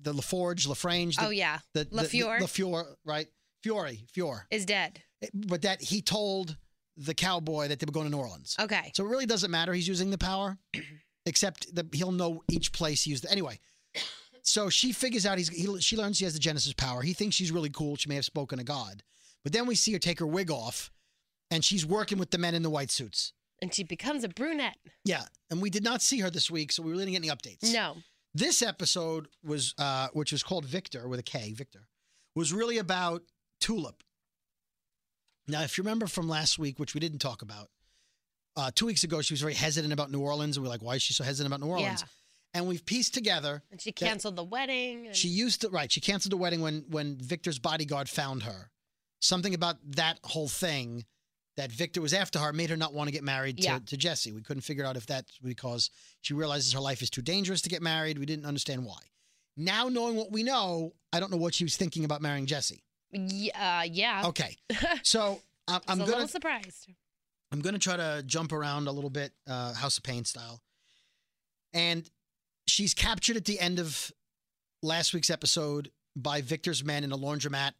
[SPEAKER 2] the LaForge, LaFrange, the,
[SPEAKER 1] oh yeah,
[SPEAKER 2] the, the- the-
[SPEAKER 1] LaFleur.
[SPEAKER 2] LaFleur, right? Fiore, Fiore.
[SPEAKER 1] is dead.
[SPEAKER 2] But that he told the cowboy that they were going to New Orleans.
[SPEAKER 1] Okay.
[SPEAKER 2] So it really doesn't matter. He's using the power, except that he'll know each place he used it. Anyway, so she figures out he's he, she learns he has the Genesis power. He thinks she's really cool. She may have spoken to God, but then we see her take her wig off, and she's working with the men in the white suits.
[SPEAKER 1] And she becomes a brunette.
[SPEAKER 2] Yeah, and we did not see her this week, so we really didn't get any updates.
[SPEAKER 1] No.
[SPEAKER 2] This episode was, uh, which was called Victor with a K, Victor, was really about Tulip. Now, if you remember from last week, which we didn't talk about, Uh, two weeks ago, she was very hesitant about New Orleans, and we are like, why is she so hesitant about New Orleans? And we've pieced together.
[SPEAKER 1] And she canceled the wedding. and-
[SPEAKER 2] She used to right. She canceled the wedding when when Victor's bodyguard found her. Something about that whole thing that Victor was after her made her not want to get married to,
[SPEAKER 1] Yeah.
[SPEAKER 2] to Jesse. We couldn't figure out if that's because she realizes her life is too dangerous to get married. We didn't understand why. Now knowing what we know, I don't know what she was thinking about marrying Jesse.
[SPEAKER 1] Ye- uh, yeah.
[SPEAKER 2] Okay, so I'm,
[SPEAKER 1] I
[SPEAKER 2] I'm
[SPEAKER 1] was a
[SPEAKER 2] gonna
[SPEAKER 1] little surprised.
[SPEAKER 2] I'm gonna try to jump around a little bit, uh, House of Pain style. And she's captured at the end of last week's episode by Victor's men in a laundromat.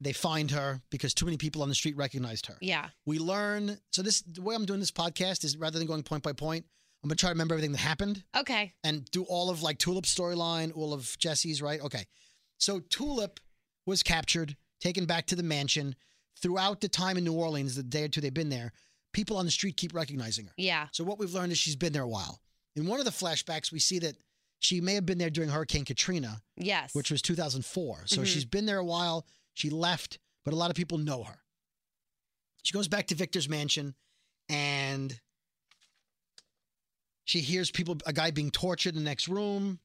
[SPEAKER 2] They find her because too many people on the street recognized her.
[SPEAKER 1] Yeah.
[SPEAKER 2] We learn. So this the way I'm doing this podcast is rather than going point by point, I'm gonna try to remember everything that happened
[SPEAKER 1] Okay.
[SPEAKER 2] and do all of like Tulip's storyline, all of Jesse's, right? Okay. So Tulip was captured, taken back to the mansion. Throughout the time in New Orleans, the day or two they've been there, people on the street keep recognizing her.
[SPEAKER 1] Yeah.
[SPEAKER 2] So what we've learned is she's been there a while. In one of the flashbacks, we see that she may have been there during Hurricane Katrina,
[SPEAKER 1] Yes.
[SPEAKER 2] which was 2004. So
[SPEAKER 1] Mhm.
[SPEAKER 2] she's been there a while. She left, but a lot of people know her. She goes back to Victor's mansion and she hears people, a guy being tortured in the next room.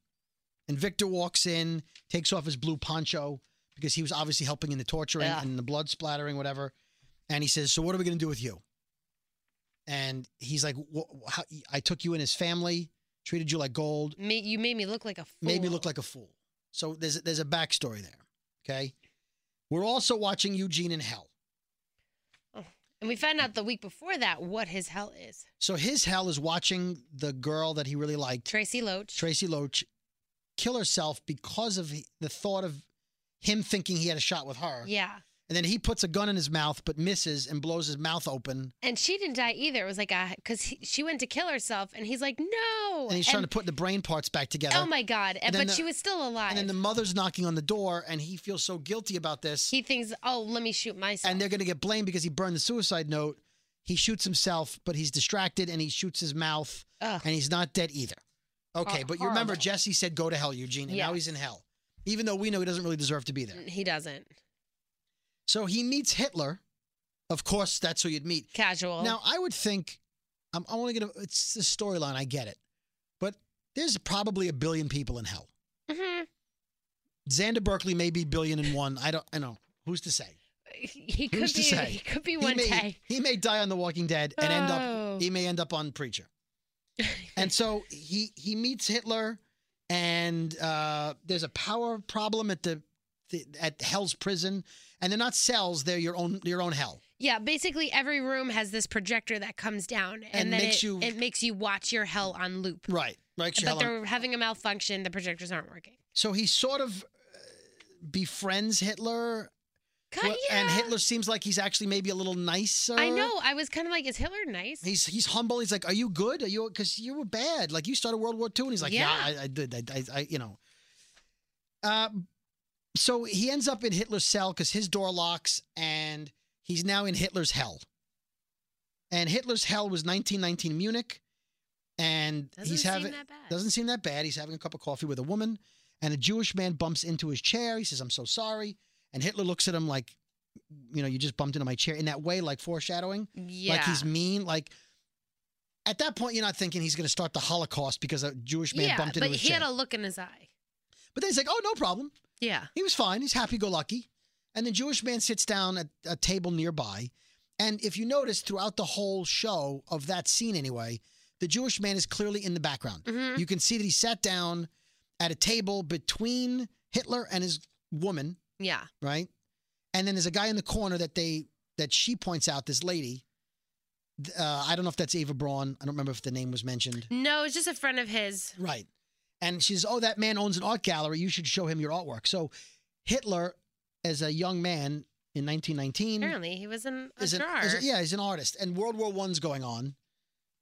[SPEAKER 2] And Victor walks in, takes off his blue poncho because he was obviously helping in the torturing
[SPEAKER 1] Yeah.
[SPEAKER 2] and the blood splattering, whatever. And he says, So what are we going to do with you? And he's like, "Wha- how, I took you and his family, treated you like gold
[SPEAKER 1] Ma- you made me look like a fool.
[SPEAKER 2] made me look like a fool. So there's there's a backstory there. Okay, we're also watching Eugene in Hell.
[SPEAKER 1] And we found out the week before that what his hell is.
[SPEAKER 2] So his hell is watching the girl that he really liked,
[SPEAKER 1] Tracy Loach.
[SPEAKER 2] Tracy Loach, kill herself because of the thought of him thinking he had a shot with her.
[SPEAKER 1] yeah.
[SPEAKER 2] And then he puts a gun in his mouth, but misses and blows his mouth open.
[SPEAKER 1] And she didn't die either. It was like a because she went to kill herself, and he's like, no.
[SPEAKER 2] And he's trying to put the brain parts back together.
[SPEAKER 1] Oh my god! And,
[SPEAKER 2] And then
[SPEAKER 1] but
[SPEAKER 2] the-
[SPEAKER 1] she was still alive.
[SPEAKER 2] and then the mother's knocking on the door, and he feels so guilty about this.
[SPEAKER 1] he thinks, oh, let me shoot myself.
[SPEAKER 2] and they're going to get blamed because he burned the suicide note. He shoots himself, but he's distracted and he shoots his mouth,
[SPEAKER 1] Ugh.
[SPEAKER 2] and he's not dead either. Okay,
[SPEAKER 1] Hor-
[SPEAKER 2] but you remember
[SPEAKER 1] horrible.
[SPEAKER 2] Jesse said, "Go to hell, Eugene," and now
[SPEAKER 1] Yeah. Mm.
[SPEAKER 2] he's in hell, even though we know he doesn't really deserve to be there.
[SPEAKER 1] he doesn't.
[SPEAKER 2] So he meets Hitler. Of course, that's who you'd meet.
[SPEAKER 1] Casual.
[SPEAKER 2] Now I would think I'm only going to. It's the storyline. I get it, but there's probably a billion people in hell.
[SPEAKER 1] hmm
[SPEAKER 2] Xander Berkeley may be billion and one. I don't. I know. Who's to say?
[SPEAKER 1] He could
[SPEAKER 2] Who's to
[SPEAKER 1] be.
[SPEAKER 2] say?
[SPEAKER 1] He could be one
[SPEAKER 2] he may,
[SPEAKER 1] day.
[SPEAKER 2] He may die on The Walking Dead and end
[SPEAKER 1] Oh.
[SPEAKER 2] up. He may end up on Preacher. and so he he meets Hitler, and uh, there's a power problem at the, the at Hell's prison, and they're not cells; they're your own your own hell.
[SPEAKER 1] Yeah, basically every room has this projector that comes down, and,
[SPEAKER 2] And
[SPEAKER 1] then
[SPEAKER 2] makes
[SPEAKER 1] it,
[SPEAKER 2] you-
[SPEAKER 1] it makes you watch your hell on loop.
[SPEAKER 2] Right, right.
[SPEAKER 1] But they're having a malfunction. The projectors aren't working.
[SPEAKER 2] So he sort of uh, befriends Hitler,
[SPEAKER 1] Kind
[SPEAKER 2] well, and Hitler seems like he's actually maybe a little nicer.
[SPEAKER 1] I know. I was kind of like, is Hitler nice?
[SPEAKER 2] He's he's humble. He's like, "Are you good? Are you because you were bad? Like you started World War II." And he's like, "Yeah,
[SPEAKER 1] Yeah.
[SPEAKER 2] I, I did. I, I, I you know." Uh, so he ends up in Hitler's cell because his door locks, and he's now in Hitler's hell. And Hitler's hell was 1919 Munich, and
[SPEAKER 1] doesn't
[SPEAKER 2] he's
[SPEAKER 1] seem
[SPEAKER 2] having
[SPEAKER 1] that bad.
[SPEAKER 2] doesn't seem that bad. He's having a cup of coffee with a woman, and a Jewish man bumps into his chair. He says, "I'm so sorry," and Hitler looks at him like, "You know, you just bumped into my chair." In that way, like foreshadowing.
[SPEAKER 1] yeah.
[SPEAKER 2] Like he's mean. Like at that point, you're not thinking he's going to start the Holocaust because a Jewish man
[SPEAKER 1] yeah,
[SPEAKER 2] bumped into
[SPEAKER 1] but
[SPEAKER 2] his
[SPEAKER 1] he
[SPEAKER 2] chair.
[SPEAKER 1] had a look in his eye.
[SPEAKER 2] but then he's like, "Oh, no problem.
[SPEAKER 1] Yeah.
[SPEAKER 2] He was fine. He's happy-go-lucky." And the Jewish man sits down at a table nearby, and if you notice throughout the whole show of that scene, anyway, the Jewish man is clearly in the background.
[SPEAKER 1] hmm
[SPEAKER 2] You can see that he sat down at a table between Hitler and his woman,
[SPEAKER 1] Yeah.
[SPEAKER 2] right? And then there's a guy in the corner that they that she points out. This lady, Th- uh, I don't know if that's Ava Braun. I don't remember if the name was mentioned.
[SPEAKER 1] No, it's just a friend of his.
[SPEAKER 2] Right. And she says, "Oh, that man owns an art gallery. You should show him your artwork." So Hitler, as a young man in 1919,
[SPEAKER 1] Apparently, he was an, a
[SPEAKER 2] is an,
[SPEAKER 1] drawer.
[SPEAKER 2] is a- yeah, he's an artist. And World War One's going on,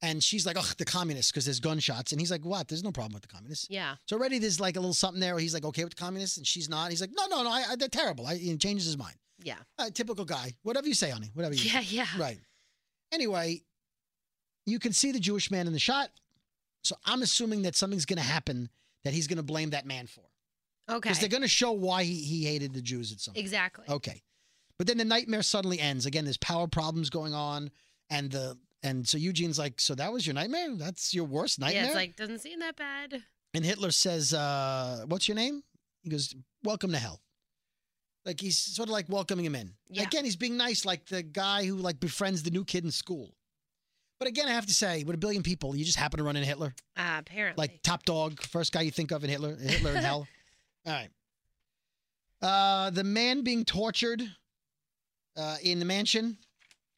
[SPEAKER 2] and she's like, "Ugh, the communists," because there's gunshots. And he's like, "What? There's no problem with the communists."
[SPEAKER 1] Yeah.
[SPEAKER 2] So already there's like a little something there where he's like, "Okay with the communists," and she's not. He's like, "No, no, no, I, I, they're terrible." I, he changes his mind.
[SPEAKER 1] Yeah.
[SPEAKER 2] Uh, typical guy. Whatever you say, honey. Whatever you
[SPEAKER 1] Yeah. Yeah.
[SPEAKER 2] Right. Anyway, you can see the Jewish man in the shot. So I'm assuming that something's going to happen that he's going to blame that man for.
[SPEAKER 1] Okay.
[SPEAKER 2] Because they're going to show why he, he hated the Jews at some point.
[SPEAKER 1] exactly.
[SPEAKER 2] Okay. But then the nightmare suddenly ends. Again, there's power problems going on, and the And so Eugene's like, so that was your nightmare? That's your worst nightmare?
[SPEAKER 1] Yeah, it's like doesn't seem that bad.
[SPEAKER 2] And Hitler says, uh, "What's your name?" He goes, "Welcome to hell." Like he's sort of like welcoming him in.
[SPEAKER 1] Yeah.
[SPEAKER 2] Again, he's being nice, like the guy who like befriends the new kid in school. But again, I have to say, with a billion people, you just happen to run into Hitler,
[SPEAKER 1] Uh, apparently,
[SPEAKER 2] like top dog, first guy you think of in Hitler, Hitler in hell. All right. Uh, the man being tortured uh, in the mansion,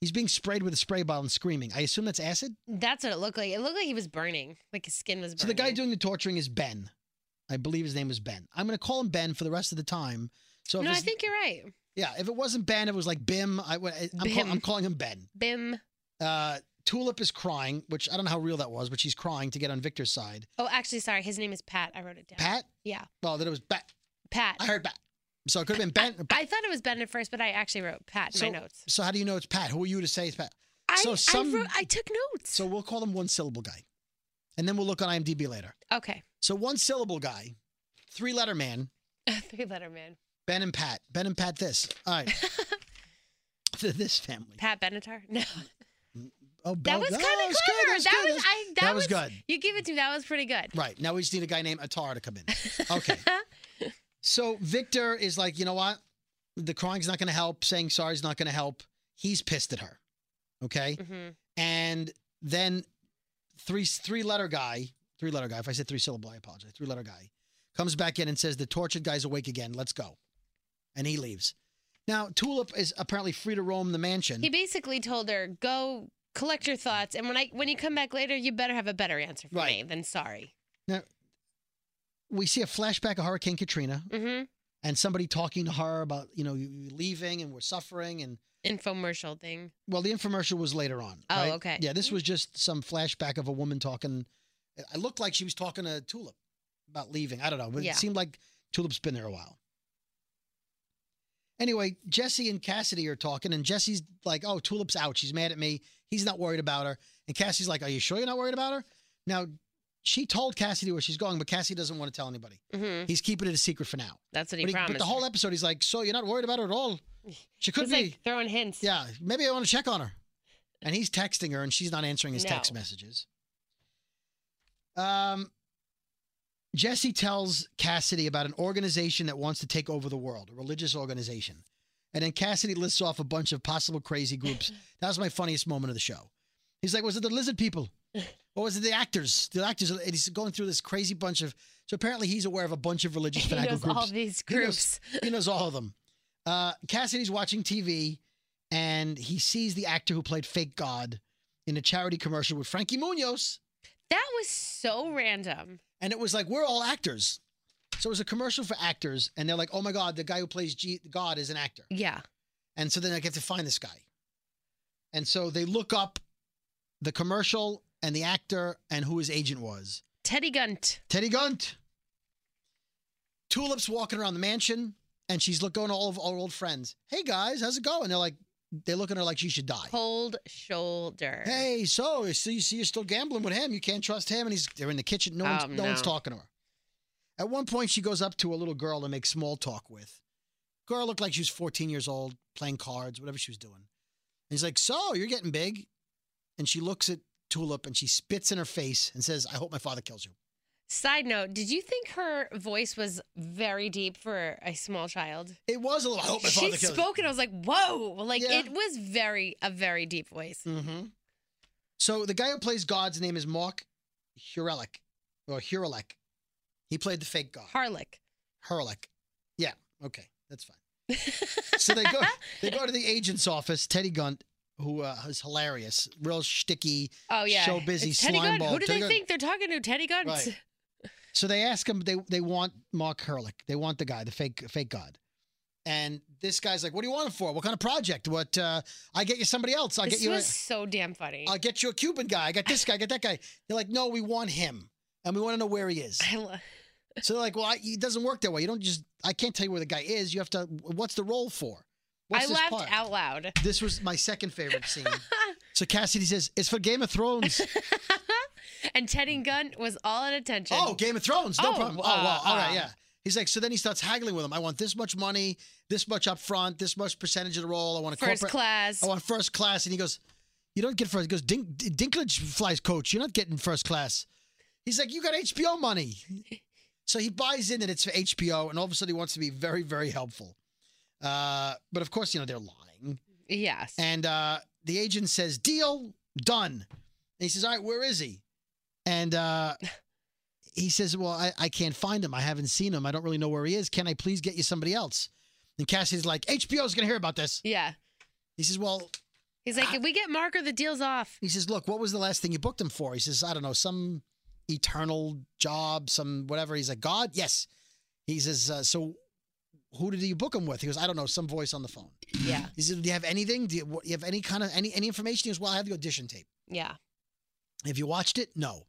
[SPEAKER 2] he's being sprayed with a spray bottle and screaming. I assume that's acid.
[SPEAKER 1] that's what it looked like. It looked like he was burning, like his skin was. burning.
[SPEAKER 2] So the guy doing the torturing is Ben. I believe his name was Ben. I'm going to call him Ben for the rest of the time. So if
[SPEAKER 1] No, I
[SPEAKER 2] it's-
[SPEAKER 1] think you're right.
[SPEAKER 2] yeah, if it wasn't Ben, it was like Bim. I, would- I, am
[SPEAKER 1] Bim.
[SPEAKER 2] I'm calling him Ben.
[SPEAKER 1] Bim.
[SPEAKER 2] Uh, Tulip is crying, which I don't know how real that was, but she's crying to get on Victor's side.
[SPEAKER 1] Oh, actually, sorry. His name is Pat. I wrote it down.
[SPEAKER 2] Pat?
[SPEAKER 1] Yeah,
[SPEAKER 2] Well, then it was Bat.
[SPEAKER 1] Pat.
[SPEAKER 2] I heard Bat. So it could have been Ben. or Bat.
[SPEAKER 1] I thought it was Ben at first, but I actually wrote Pat in
[SPEAKER 2] so,
[SPEAKER 1] my notes.
[SPEAKER 2] so how do you know it's Pat? Who are you to say it's Pat?
[SPEAKER 1] I,
[SPEAKER 2] so some-
[SPEAKER 1] I, wrote, I took notes.
[SPEAKER 2] So we'll call him one syllable guy, and then we'll look on IMDb later.
[SPEAKER 1] okay,
[SPEAKER 2] So one syllable guy, three letter man,
[SPEAKER 1] three letter man.
[SPEAKER 2] Ben and Pat. Ben and Pat. This. All right. this family.
[SPEAKER 1] Pat Benatar. No,
[SPEAKER 2] Oh,
[SPEAKER 1] that
[SPEAKER 2] Bel-
[SPEAKER 1] was
[SPEAKER 2] no,
[SPEAKER 1] kind of clever.
[SPEAKER 2] it's good, it's
[SPEAKER 1] that
[SPEAKER 2] good,
[SPEAKER 1] was
[SPEAKER 2] it's-
[SPEAKER 1] I. That,
[SPEAKER 2] that was good.
[SPEAKER 1] You give it to me. That was pretty good.
[SPEAKER 2] Right. Now we just need a guy named Atar to come in. Okay. so Victor is like, you know what? The crying's not going to help. Saying sorry's not going to help. He's pissed at her. Okay.
[SPEAKER 1] hmm
[SPEAKER 2] And then three three letter guy, three letter guy. If I said three syllable, I apologize. Three letter guy comes back in and says the tortured guy's awake again. Let's go. And he leaves. Now Tulip is apparently free to roam the mansion.
[SPEAKER 1] He basically told her, "Go collect your thoughts, and when I when you come back later, you better have a better answer for
[SPEAKER 2] Right.
[SPEAKER 1] me than sorry."
[SPEAKER 2] we see a flashback of Hurricane Katrina
[SPEAKER 1] Mm-hmm.
[SPEAKER 2] and somebody talking to her about you know you- you leaving and we're suffering and
[SPEAKER 1] Infomercial thing.
[SPEAKER 2] Well, the infomercial was later on.
[SPEAKER 1] Oh,
[SPEAKER 2] right?
[SPEAKER 1] okay.
[SPEAKER 2] Yeah, this was just some flashback of a woman talking. I looked like she was talking to Tulip about leaving. I don't know, but
[SPEAKER 1] Yeah.
[SPEAKER 2] it seemed like Tulip's been there a while. Anyway, Jesse and Cassidy are talking, and Jesse's like, "Oh, Tulip's out. She's mad at me. He's not worried about her." And Cassie's like, "Are you sure you're not worried about her?" Now, she told Cassidy where she's going, but Cassie doesn't want to tell anybody.
[SPEAKER 1] Mm-hmm.
[SPEAKER 2] He's keeping it a secret for now.
[SPEAKER 1] That's what he
[SPEAKER 2] but,
[SPEAKER 1] promised.
[SPEAKER 2] but the whole
[SPEAKER 1] her.
[SPEAKER 2] episode, he's like, "So you're not worried about her at all? She could
[SPEAKER 1] He's
[SPEAKER 2] be."
[SPEAKER 1] like throwing hints.
[SPEAKER 2] Yeah, maybe I want to check on her. And he's texting her, and she's not answering his text
[SPEAKER 1] No.
[SPEAKER 2] messages. Um, Jesse tells Cassidy about an organization that wants to take over the world, a religious organization. And then Cassidy lists off a bunch of possible crazy groups. that was my funniest moment of the show. He's like, was it the lizard people? Or was it the actors? The actors, and he's going through this crazy bunch of. So apparently, he's aware of a bunch of religious
[SPEAKER 1] He
[SPEAKER 2] fanatical
[SPEAKER 1] knows
[SPEAKER 2] groups
[SPEAKER 1] all these
[SPEAKER 2] He knows-
[SPEAKER 1] groups.
[SPEAKER 2] he knows all of them. Uh, Cassidy's watching TV and he sees the actor who played Fake God in a charity commercial with Frankie Munoz.
[SPEAKER 1] That was so random.
[SPEAKER 2] And it was like, we're all actors. So it was a commercial for actors. And they're like, oh my God, the guy who plays G- God is an actor.
[SPEAKER 1] Yeah.
[SPEAKER 2] And so then I get to find this guy. And so they look up the commercial and the actor and who his agent was.
[SPEAKER 1] Teddy Gunt.
[SPEAKER 2] Teddy Gunt. Tulip's walking around the mansion and she's look, going to all of our old friends. Hey guys, how's it going? They're like, they look at her like she should die.
[SPEAKER 1] Cold shoulder.
[SPEAKER 2] Hey, so, so you see you're still gambling with him. You can't trust him. And he's they're in the kitchen. No one's,
[SPEAKER 1] Um,
[SPEAKER 2] no. one's
[SPEAKER 1] no.
[SPEAKER 2] talking to her. At one point, she goes up to a little girl to make small talk with. Girl looked like she was 14 years old, playing cards, whatever she was doing. And he's like, So, you're getting big. And she looks at Tulip and she spits in her face and says, I hope my father kills you.
[SPEAKER 1] Side note, did you think her voice was very deep for a small child?
[SPEAKER 2] It was a little, I hope my
[SPEAKER 1] She
[SPEAKER 2] father kills you.
[SPEAKER 1] spoke and I was like, whoa. Like
[SPEAKER 2] Yeah.
[SPEAKER 1] it was very a very deep voice.
[SPEAKER 2] Mm-hmm. So the guy who plays God's name is Mark Hurelek, or Hurelek. He played the fake God.
[SPEAKER 1] Harlech.
[SPEAKER 2] Hurelek. Yeah. Okay, that's fine. So they go. they go to the agent's office. Teddy Gunt, who uh, is hilarious, real shticky.
[SPEAKER 1] Oh yeah.
[SPEAKER 2] Show busy
[SPEAKER 1] It's Teddy
[SPEAKER 2] slime
[SPEAKER 1] Gunt.
[SPEAKER 2] ball.
[SPEAKER 1] Who do
[SPEAKER 2] Teddy
[SPEAKER 1] they
[SPEAKER 2] Gunt.
[SPEAKER 1] think they're talking to? Teddy Gunt.
[SPEAKER 2] Right. So they ask him. They they want Mark Hurlick. They want the guy, the fake fake God. And this guy's like, "What do you want him for? What kind of project? What? Uh, I get you somebody else. I'll
[SPEAKER 1] This
[SPEAKER 2] get you." a-
[SPEAKER 1] was so damn funny.
[SPEAKER 2] I'll get you a Cuban guy. I got this guy. I got that guy. They're like, no, we want him, and we want to know where he is.
[SPEAKER 1] I lo-
[SPEAKER 2] So they're like, well, I, it doesn't work that way. You don't just. I can't tell you where the guy is. You have to. What's the role for? What's
[SPEAKER 1] I
[SPEAKER 2] this
[SPEAKER 1] laughed
[SPEAKER 2] part?
[SPEAKER 1] out loud.
[SPEAKER 2] This was my second favorite scene. so Cassidy says, "It's for Game of Thrones."
[SPEAKER 1] and Teddy Gunt was all at attention.
[SPEAKER 2] oh, Game of Thrones. No
[SPEAKER 1] Oh,
[SPEAKER 2] problem. Oh,
[SPEAKER 1] uh,
[SPEAKER 2] wow. All right,
[SPEAKER 1] uh.
[SPEAKER 2] yeah. He's like, so then he starts haggling with him. I want this much money, this much up front, this much percentage of the role. I want a
[SPEAKER 1] First
[SPEAKER 2] corporate.
[SPEAKER 1] class.
[SPEAKER 2] I want first class. And he goes, You don't get first. He goes, Dink, Dinklage flies coach. You're not getting first class. He's like, you got HBO money. so he buys in that it's for HBO, and all of a sudden he wants to be very, very helpful. Uh, but of course, you know, they're lying.
[SPEAKER 1] Yes.
[SPEAKER 2] And uh, the agent says, deal, done. And he says, all right, where is he? And uh, he says, well, I, I can't find him. I haven't seen him. I don't really know where he is. Can I please get you somebody else? And Cassie's like, HBO's going to hear about this.
[SPEAKER 1] yeah.
[SPEAKER 2] He says, well,
[SPEAKER 1] He's like,
[SPEAKER 2] I-
[SPEAKER 1] if we get Marker, the deal's off.
[SPEAKER 2] He says, "Look, what was the last thing you booked him for?" He says, "I don't know, some eternal job, some whatever." He's like, "God, yes." He says, uh, "So, who did you book him with?" He goes, "I don't know, some voice on the phone."
[SPEAKER 1] Yeah.
[SPEAKER 2] He says, "Do you have anything? Do you, what, you have any kind of any any information?" He goes, "Well, I have the audition tape.
[SPEAKER 1] Yeah.
[SPEAKER 2] Have you watched it?" No.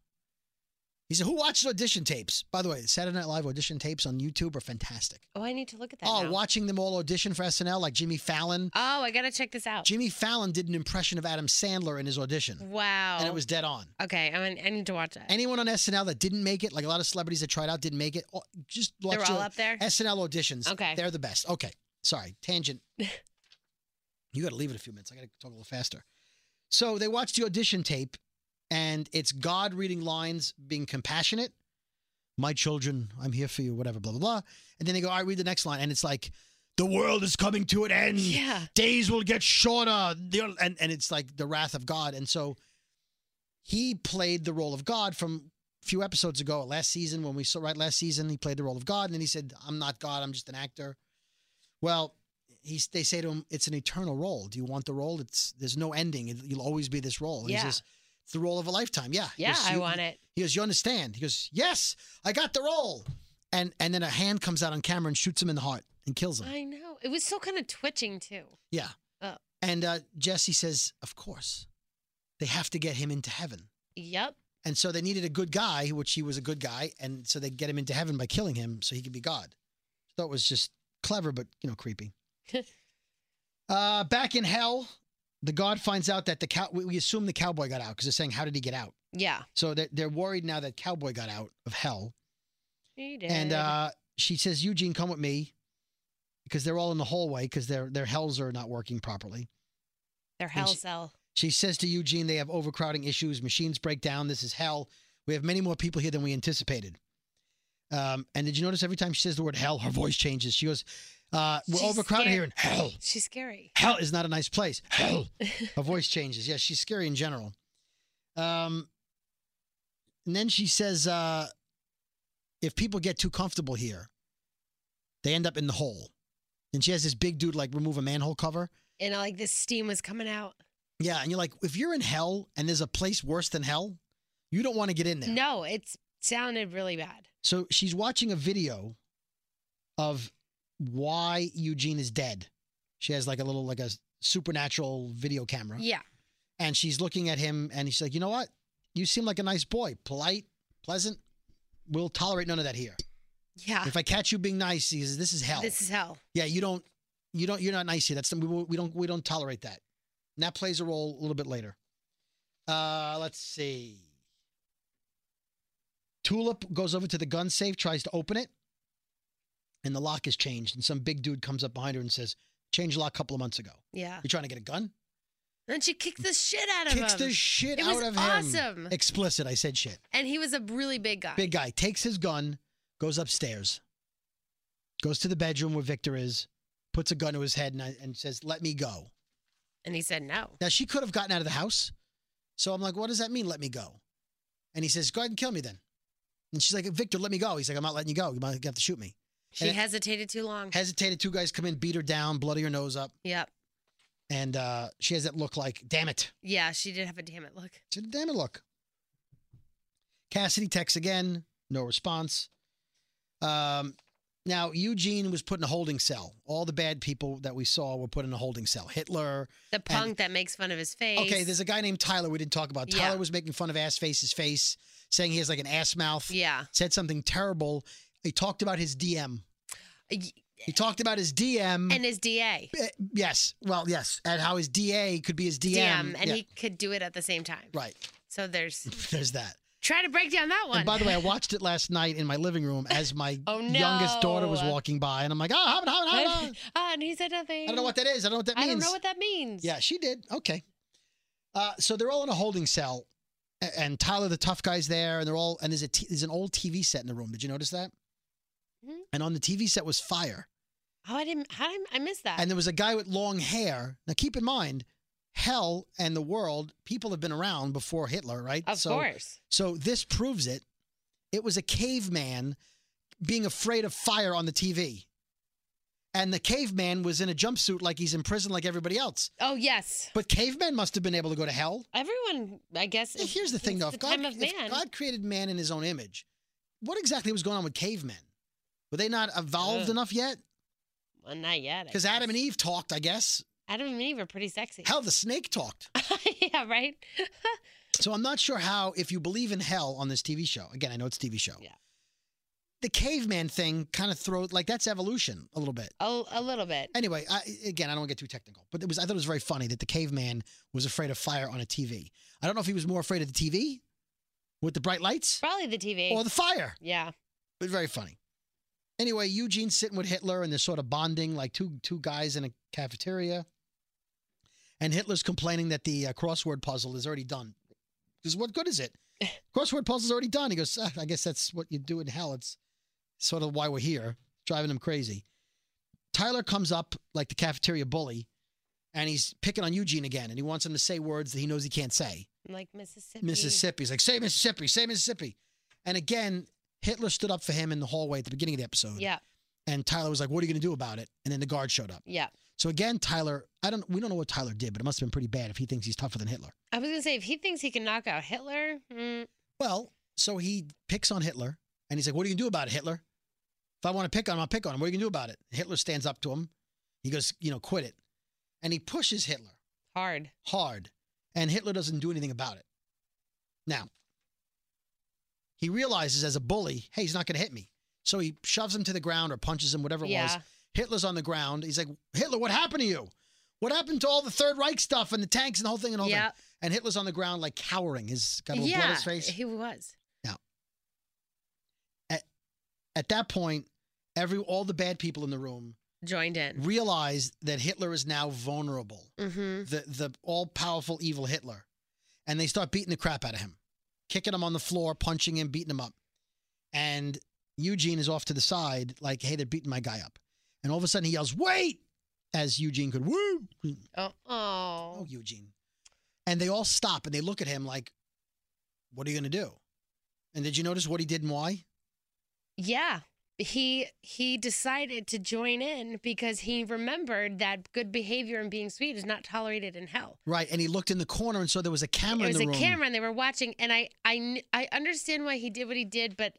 [SPEAKER 2] He said, "Who watched audition tapes?" By the way, Saturday Night Live audition tapes on YouTube are fantastic.
[SPEAKER 1] Oh, I need to look at that.
[SPEAKER 2] Oh,
[SPEAKER 1] now.
[SPEAKER 2] watching them all audition for SNL, like Jimmy Fallon.
[SPEAKER 1] Oh, I gotta check this out.
[SPEAKER 2] Jimmy Fallon did an impression of Adam Sandler in his audition,
[SPEAKER 1] Wow.
[SPEAKER 2] and it was dead on.
[SPEAKER 1] okay. I mean, I need to watch that.
[SPEAKER 2] anyone on SNL that didn't make it, like a lot of celebrities that tried out didn't make it, oh, just watch
[SPEAKER 1] They're all
[SPEAKER 2] the
[SPEAKER 1] up there.
[SPEAKER 2] SNL auditions.
[SPEAKER 1] Okay.
[SPEAKER 2] They're the best. Okay. Sorry, tangent. you got to leave it a few minutes. I got to talk a little faster. So they watch the audition tape, and it's God reading lines, being compassionate. My children, I'm here for you, whatever, blah, blah, blah. And then they go, I read the next line, and it's like, the world is coming to an end
[SPEAKER 1] yeah.
[SPEAKER 2] days will get shorter. They'll- And, and it's like the wrath of God. And so he played the role of God from a few episodes ago, last season, when we saw, right, last season, he played the role of God. And then he said, I'm not God, I'm just an actor. Well, he's, they say to him, It's an eternal role. Do you want the role? It's There's no ending. It- You'll always be this role.
[SPEAKER 1] Yeah.
[SPEAKER 2] He says, It's the role of a lifetime. Yeah. He
[SPEAKER 1] Yeah,
[SPEAKER 2] goes,
[SPEAKER 1] I
[SPEAKER 2] "You-
[SPEAKER 1] want it.
[SPEAKER 2] He goes, You understand? He goes, Yes, I got the role. And, and then a hand comes out on camera and shoots him in the heart and kills him.
[SPEAKER 1] I know. It was still kind of twitching too.
[SPEAKER 2] Yeah.
[SPEAKER 1] Oh.
[SPEAKER 2] And uh, Jesse says, Of course. They have to get him into heaven.
[SPEAKER 1] Yep.
[SPEAKER 2] And so they needed a good guy, which he was a good guy. And so they get him into heaven by killing him so he could be God. So it was just clever, but, you know, creepy. uh, back in hell, the God finds out that the cow, we, we assume the cowboy got out because they're saying, How did he get out?
[SPEAKER 1] Yeah.
[SPEAKER 2] So they're, they're worried now that cowboy got out of hell.
[SPEAKER 1] He did.
[SPEAKER 2] And uh, she says, Eugene, come with me. Because they're all in the hallway because their their hells are not working properly.
[SPEAKER 1] Their hell
[SPEAKER 2] she-
[SPEAKER 1] cell.
[SPEAKER 2] She says to Eugene, they have overcrowding issues. Machines break down. This is hell. We have many more people here than we anticipated. Um, and did you notice every time she says the word hell, her voice changes? She goes, uh, We're
[SPEAKER 1] She's
[SPEAKER 2] overcrowded
[SPEAKER 1] scared.
[SPEAKER 2] here in hell.
[SPEAKER 1] She's scary.
[SPEAKER 2] Hell is not a nice place. Hell. her voice changes. Yeah, she's scary in general. Um, and then she says, uh, If people get too comfortable here, they end up in the hole. And she has this big dude like remove a manhole cover.
[SPEAKER 1] And uh, like this steam was coming out.
[SPEAKER 2] Yeah, and you're like, if you're in hell and there's a place worse than hell, you don't want to get in there.
[SPEAKER 1] No, it sounded really bad.
[SPEAKER 2] So she's watching a video of why Eugene is dead. She has like a little like a supernatural video camera,
[SPEAKER 1] Yeah.
[SPEAKER 2] and she's looking at him, and she's like, you know what? You seem like a nice boy, polite, pleasant. We'll tolerate none of that here.
[SPEAKER 1] Yeah.
[SPEAKER 2] If I catch you being nice, he says, this is hell.
[SPEAKER 1] Ah. This is hell.
[SPEAKER 2] yeah, you don't, you don't, you're not nice here. That's we, we don't we don't tolerate that. And that plays a role a little bit later. Uh, let's see. Tulip goes over to the gun safe, tries to open it, and the lock is changed. And some big dude comes up behind her and says, "Changed the lock a couple of months ago.
[SPEAKER 1] Yeah.
[SPEAKER 2] You trying to get a gun?
[SPEAKER 1] And she kicked the shit out of
[SPEAKER 2] Kicks
[SPEAKER 1] him.
[SPEAKER 2] the shit
[SPEAKER 1] It
[SPEAKER 2] out
[SPEAKER 1] was
[SPEAKER 2] of
[SPEAKER 1] awesome.
[SPEAKER 2] him. Explicit. I said shit.
[SPEAKER 1] and he was a really big guy.
[SPEAKER 2] Big guy takes his gun, goes upstairs, goes to the bedroom where Victor is, puts a gun to his head, and, I, and says, "Let me go."
[SPEAKER 1] And he said no.
[SPEAKER 2] Now she could have gotten out of the house. So I'm like, what does that mean? Let me go. And he says, go ahead and kill me then. And she's like, Victor, let me go. He's like, I'm not letting you go. You might have to shoot me.
[SPEAKER 1] She
[SPEAKER 2] And-
[SPEAKER 1] hesitated too long.
[SPEAKER 2] Hesitated. Two guys come in, beat her down, bloody her nose up.
[SPEAKER 1] Yep.
[SPEAKER 2] And uh, she has that look like, damn it.
[SPEAKER 1] Yeah, she did have a damn it look.
[SPEAKER 2] She had a damn it look. Cassidy texts again. No response. Um, now, Eugene was put in a holding cell. All the bad people that we saw were put in a holding cell. Hitler,
[SPEAKER 1] The punk that makes fun of his face.
[SPEAKER 2] Okay, there's a guy named Tyler we didn't talk about. Tyler
[SPEAKER 1] Yeah.
[SPEAKER 2] was making fun of Ass Face's face, saying he has like an ass mouth.
[SPEAKER 1] Yeah.
[SPEAKER 2] Said something terrible. He talked about his DM.
[SPEAKER 1] Y-
[SPEAKER 2] He talked about his DM.
[SPEAKER 1] And his DA.
[SPEAKER 2] Eh, yes. Well, yes. And how his DA could be his DM.
[SPEAKER 1] DM. And
[SPEAKER 2] Yeah,
[SPEAKER 1] he could do it at the same time.
[SPEAKER 2] Right.
[SPEAKER 1] So there's
[SPEAKER 2] There's that.
[SPEAKER 1] try to break down that one.
[SPEAKER 2] And by the way, I watched it last night in my living room as my
[SPEAKER 1] Oh,
[SPEAKER 2] youngest daughter was
[SPEAKER 1] no.
[SPEAKER 2] walking by. And I'm like, oh, how about, how about, how about-
[SPEAKER 1] ah, and he said nothing.
[SPEAKER 2] I don't know what that is. I don't know what that
[SPEAKER 1] I
[SPEAKER 2] means.
[SPEAKER 1] don't know what that means.
[SPEAKER 2] Yeah, she did. Okay. Uh, so they're all in a holding cell, a- and Tyler the tough guy's there, and they're all and there's a t- there's an old TV set in the room. Did you notice that?
[SPEAKER 1] Mhm.
[SPEAKER 2] And on the TV set was fire,
[SPEAKER 1] Oh, I didn't. How did I, I miss that?
[SPEAKER 2] and there was a guy with long hair. Now keep in mind, hell and the world, people have been around before Hitler, right?
[SPEAKER 1] of
[SPEAKER 2] so,
[SPEAKER 1] course.
[SPEAKER 2] So this proves it. It was a caveman being afraid of fire on the TV. And the caveman was in a jumpsuit like he's in prison like everybody else.
[SPEAKER 1] Oh yes.
[SPEAKER 2] But cavemen must have been able to go to hell.
[SPEAKER 1] Everyone, I guess.
[SPEAKER 2] Yeah,
[SPEAKER 1] is-
[SPEAKER 2] Here's the thing,
[SPEAKER 1] it's
[SPEAKER 2] though.
[SPEAKER 1] The
[SPEAKER 2] If
[SPEAKER 1] time
[SPEAKER 2] God,
[SPEAKER 1] of
[SPEAKER 2] if
[SPEAKER 1] man.
[SPEAKER 2] God created man in his own image, what exactly was going on with cavemen? Were they not evolved
[SPEAKER 1] Ugh.
[SPEAKER 2] enough yet?
[SPEAKER 1] well, not yet. I
[SPEAKER 2] Because Adam
[SPEAKER 1] guess.
[SPEAKER 2] and Eve talked, I guess.
[SPEAKER 1] Adam and Eve are pretty sexy.
[SPEAKER 2] Hell, the snake talked.
[SPEAKER 1] yeah. Right.
[SPEAKER 2] So I'm not sure how, if you believe in hell on this TV show, again, I know it's TV show.
[SPEAKER 1] Yeah.
[SPEAKER 2] The caveman thing kind of throws, like, that's evolution a little bit.
[SPEAKER 1] A, a little bit.
[SPEAKER 2] Anyway, I, again, I don't wanna get too technical, but it was I thought it was very funny that the caveman was afraid of fire on a TV. I don't know if he was more afraid of the TV with the bright lights
[SPEAKER 1] Probably the TV.
[SPEAKER 2] or the fire.
[SPEAKER 1] yeah.
[SPEAKER 2] but very funny. Anyway, Eugene's sitting with Hitler and they're sort of bonding like two two guys in a cafeteria. And Hitler's complaining that the uh, crossword puzzle is already done. Because what good is it? Crossword puzzle's already done. He goes, "Ah, I guess that's what you do in hell. It's sort of why we're here, driving him crazy. Tyler comes up like the cafeteria bully, and he's picking on Eugene again, and he wants him to say words that he knows he can't say.
[SPEAKER 1] Like Mississippi.
[SPEAKER 2] Mississippi. He's like, say Mississippi, say Mississippi. And again, Hitler stood up for him in the hallway at the beginning of the episode.
[SPEAKER 1] Yeah.
[SPEAKER 2] And Tyler was like, what are you going to do about it? And then the guard showed up.
[SPEAKER 1] Yeah.
[SPEAKER 2] So again, Tyler, I don't, we don't know what Tyler did, but it must have been pretty bad if he thinks he's tougher than Hitler.
[SPEAKER 1] I was gonna say if he thinks he can knock out Hitler, mm,
[SPEAKER 2] Well, so he picks on Hitler and he's like, what are you going to do about it, Hitler? If I want to pick on him, I'll pick on him. What are you going to do about it? Hitler stands up to him. He goes, you know, quit it. And he pushes Hitler.
[SPEAKER 1] hard.
[SPEAKER 2] hard, and Hitler doesn't do anything about it. Now, he realizes as a bully, hey, he's not going to hit me. So he shoves him to the ground or punches him, whatever it
[SPEAKER 1] Yeah.
[SPEAKER 2] was. Hitler's on the ground. He's like, Hitler, what happened to you? What happened to all the Third Reich stuff and the tanks and the whole thing and all
[SPEAKER 1] Yeah.
[SPEAKER 2] that? And Hitler's on the ground, like cowering. He's got a little
[SPEAKER 1] yeah.
[SPEAKER 2] blood on his face.
[SPEAKER 1] He was.
[SPEAKER 2] At that point, every all the bad people in the room
[SPEAKER 1] Joined in.
[SPEAKER 2] realize that Hitler is now vulnerable.
[SPEAKER 1] Mm-hmm.
[SPEAKER 2] the the all powerful evil Hitler, and they start beating the crap out of him, kicking him on the floor, punching him, beating him up. And Eugene is off to the side, like, "Hey, they're beating my guy up." And all of a sudden, he yells, "Wait!" As Eugene could, "Woo!"
[SPEAKER 1] Oh.
[SPEAKER 2] Oh,
[SPEAKER 1] Oh.
[SPEAKER 2] Eugene! And they all stop and they look at him like, "What are you gonna do?" And did you notice what he did and why?
[SPEAKER 1] Yeah. He he decided to join in because he remembered that good behavior and being sweet is not tolerated in hell.
[SPEAKER 2] Right, and he looked in the corner and saw there was a camera
[SPEAKER 1] It was
[SPEAKER 2] in
[SPEAKER 1] a
[SPEAKER 2] the room.
[SPEAKER 1] camera and they were watching and I I kn- I understand why he did what he did but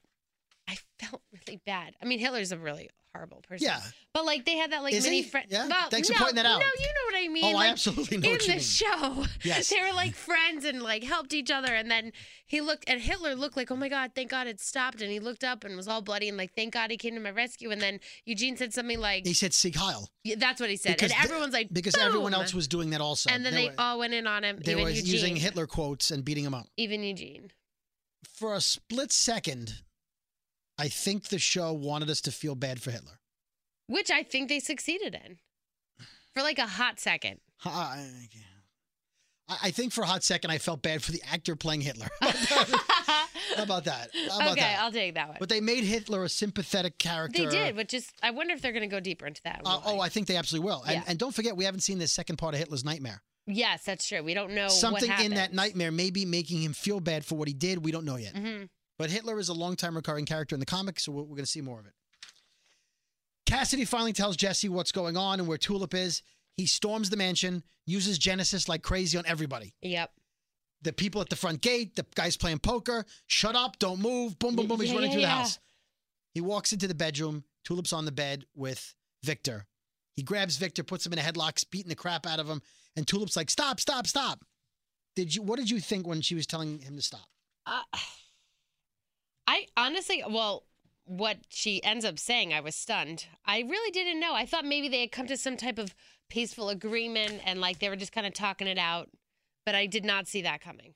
[SPEAKER 1] I felt really bad. I mean Hitler's a really horrible person.
[SPEAKER 2] Yeah.
[SPEAKER 1] But like they had that like
[SPEAKER 2] Is
[SPEAKER 1] mini
[SPEAKER 2] he?
[SPEAKER 1] friend.
[SPEAKER 2] Yeah?
[SPEAKER 1] Well,
[SPEAKER 2] Thanks for
[SPEAKER 1] no,
[SPEAKER 2] pointing that out.
[SPEAKER 1] No, you know what I mean.
[SPEAKER 2] Oh,
[SPEAKER 1] like,
[SPEAKER 2] I absolutely know
[SPEAKER 1] in
[SPEAKER 2] what you
[SPEAKER 1] the
[SPEAKER 2] mean.
[SPEAKER 1] show,
[SPEAKER 2] Yes.
[SPEAKER 1] they were like friends and like helped each other. And then he looked, and Hitler looked like, oh my God, thank God it stopped. And he looked up and was all bloody and like, thank God he came to my rescue. And then Eugene said something like,
[SPEAKER 2] he said, "Seek Heil,"
[SPEAKER 1] yeah, that's what he said. And
[SPEAKER 2] the-
[SPEAKER 1] everyone's like,
[SPEAKER 2] because everyone
[SPEAKER 1] "Boom!"
[SPEAKER 2] else was doing that also.
[SPEAKER 1] And then
[SPEAKER 2] They
[SPEAKER 1] they,
[SPEAKER 2] were-
[SPEAKER 1] all went in on him,
[SPEAKER 2] They
[SPEAKER 1] even
[SPEAKER 2] were
[SPEAKER 1] Eugene.
[SPEAKER 2] using Hitler quotes and beating him up.
[SPEAKER 1] even Eugene.
[SPEAKER 2] For a split second, I think the show wanted us to feel bad for Hitler.
[SPEAKER 1] Which I think they succeeded in for like a hot second.
[SPEAKER 2] I, I- I think for a hot second, I felt bad for the actor playing Hitler. How about that? How about
[SPEAKER 1] okay,
[SPEAKER 2] that?
[SPEAKER 1] I'll take that one.
[SPEAKER 2] but they made Hitler a sympathetic
[SPEAKER 1] They
[SPEAKER 2] character.
[SPEAKER 1] did, which is I wonder if they're going to go deeper into that.
[SPEAKER 2] Uh, oh,
[SPEAKER 1] Why.
[SPEAKER 2] I think they absolutely will. And,
[SPEAKER 1] Yeah.
[SPEAKER 2] and don't forget, we haven't seen the second part of Hitler's nightmare.
[SPEAKER 1] yes, that's true. We don't know
[SPEAKER 2] Something
[SPEAKER 1] Oh, what
[SPEAKER 2] in that
[SPEAKER 1] happened.
[SPEAKER 2] nightmare may be making him feel bad for what he did. We don't know yet.
[SPEAKER 1] Mhm.
[SPEAKER 2] But Hitler is a long-time recurring character in the comics, so we're, we're going to see more of it. Cassidy finally tells Jesse what's going on and where Tulip is. He storms the mansion, uses Genesis like crazy on everybody.
[SPEAKER 1] Yep.
[SPEAKER 2] The people at the front gate, the guys playing poker, shut up, don't move, boom, boom, boom. He's
[SPEAKER 1] Yeah,
[SPEAKER 2] running
[SPEAKER 1] yeah,
[SPEAKER 2] through the
[SPEAKER 1] yeah.
[SPEAKER 2] house. He walks into the bedroom. Tulip's on the bed with Victor. He grabs Victor, puts him in a headlock, beating the crap out of him. And Tulip's like, stop, stop, stop. Did you? What did you think when she was telling him to stop?
[SPEAKER 1] Uh, I honestly, well, what she ends up saying, I was stunned. I really didn't know. I thought maybe they had come to some type of peaceful agreement and like they were just kind of talking it out, but I did not see that coming.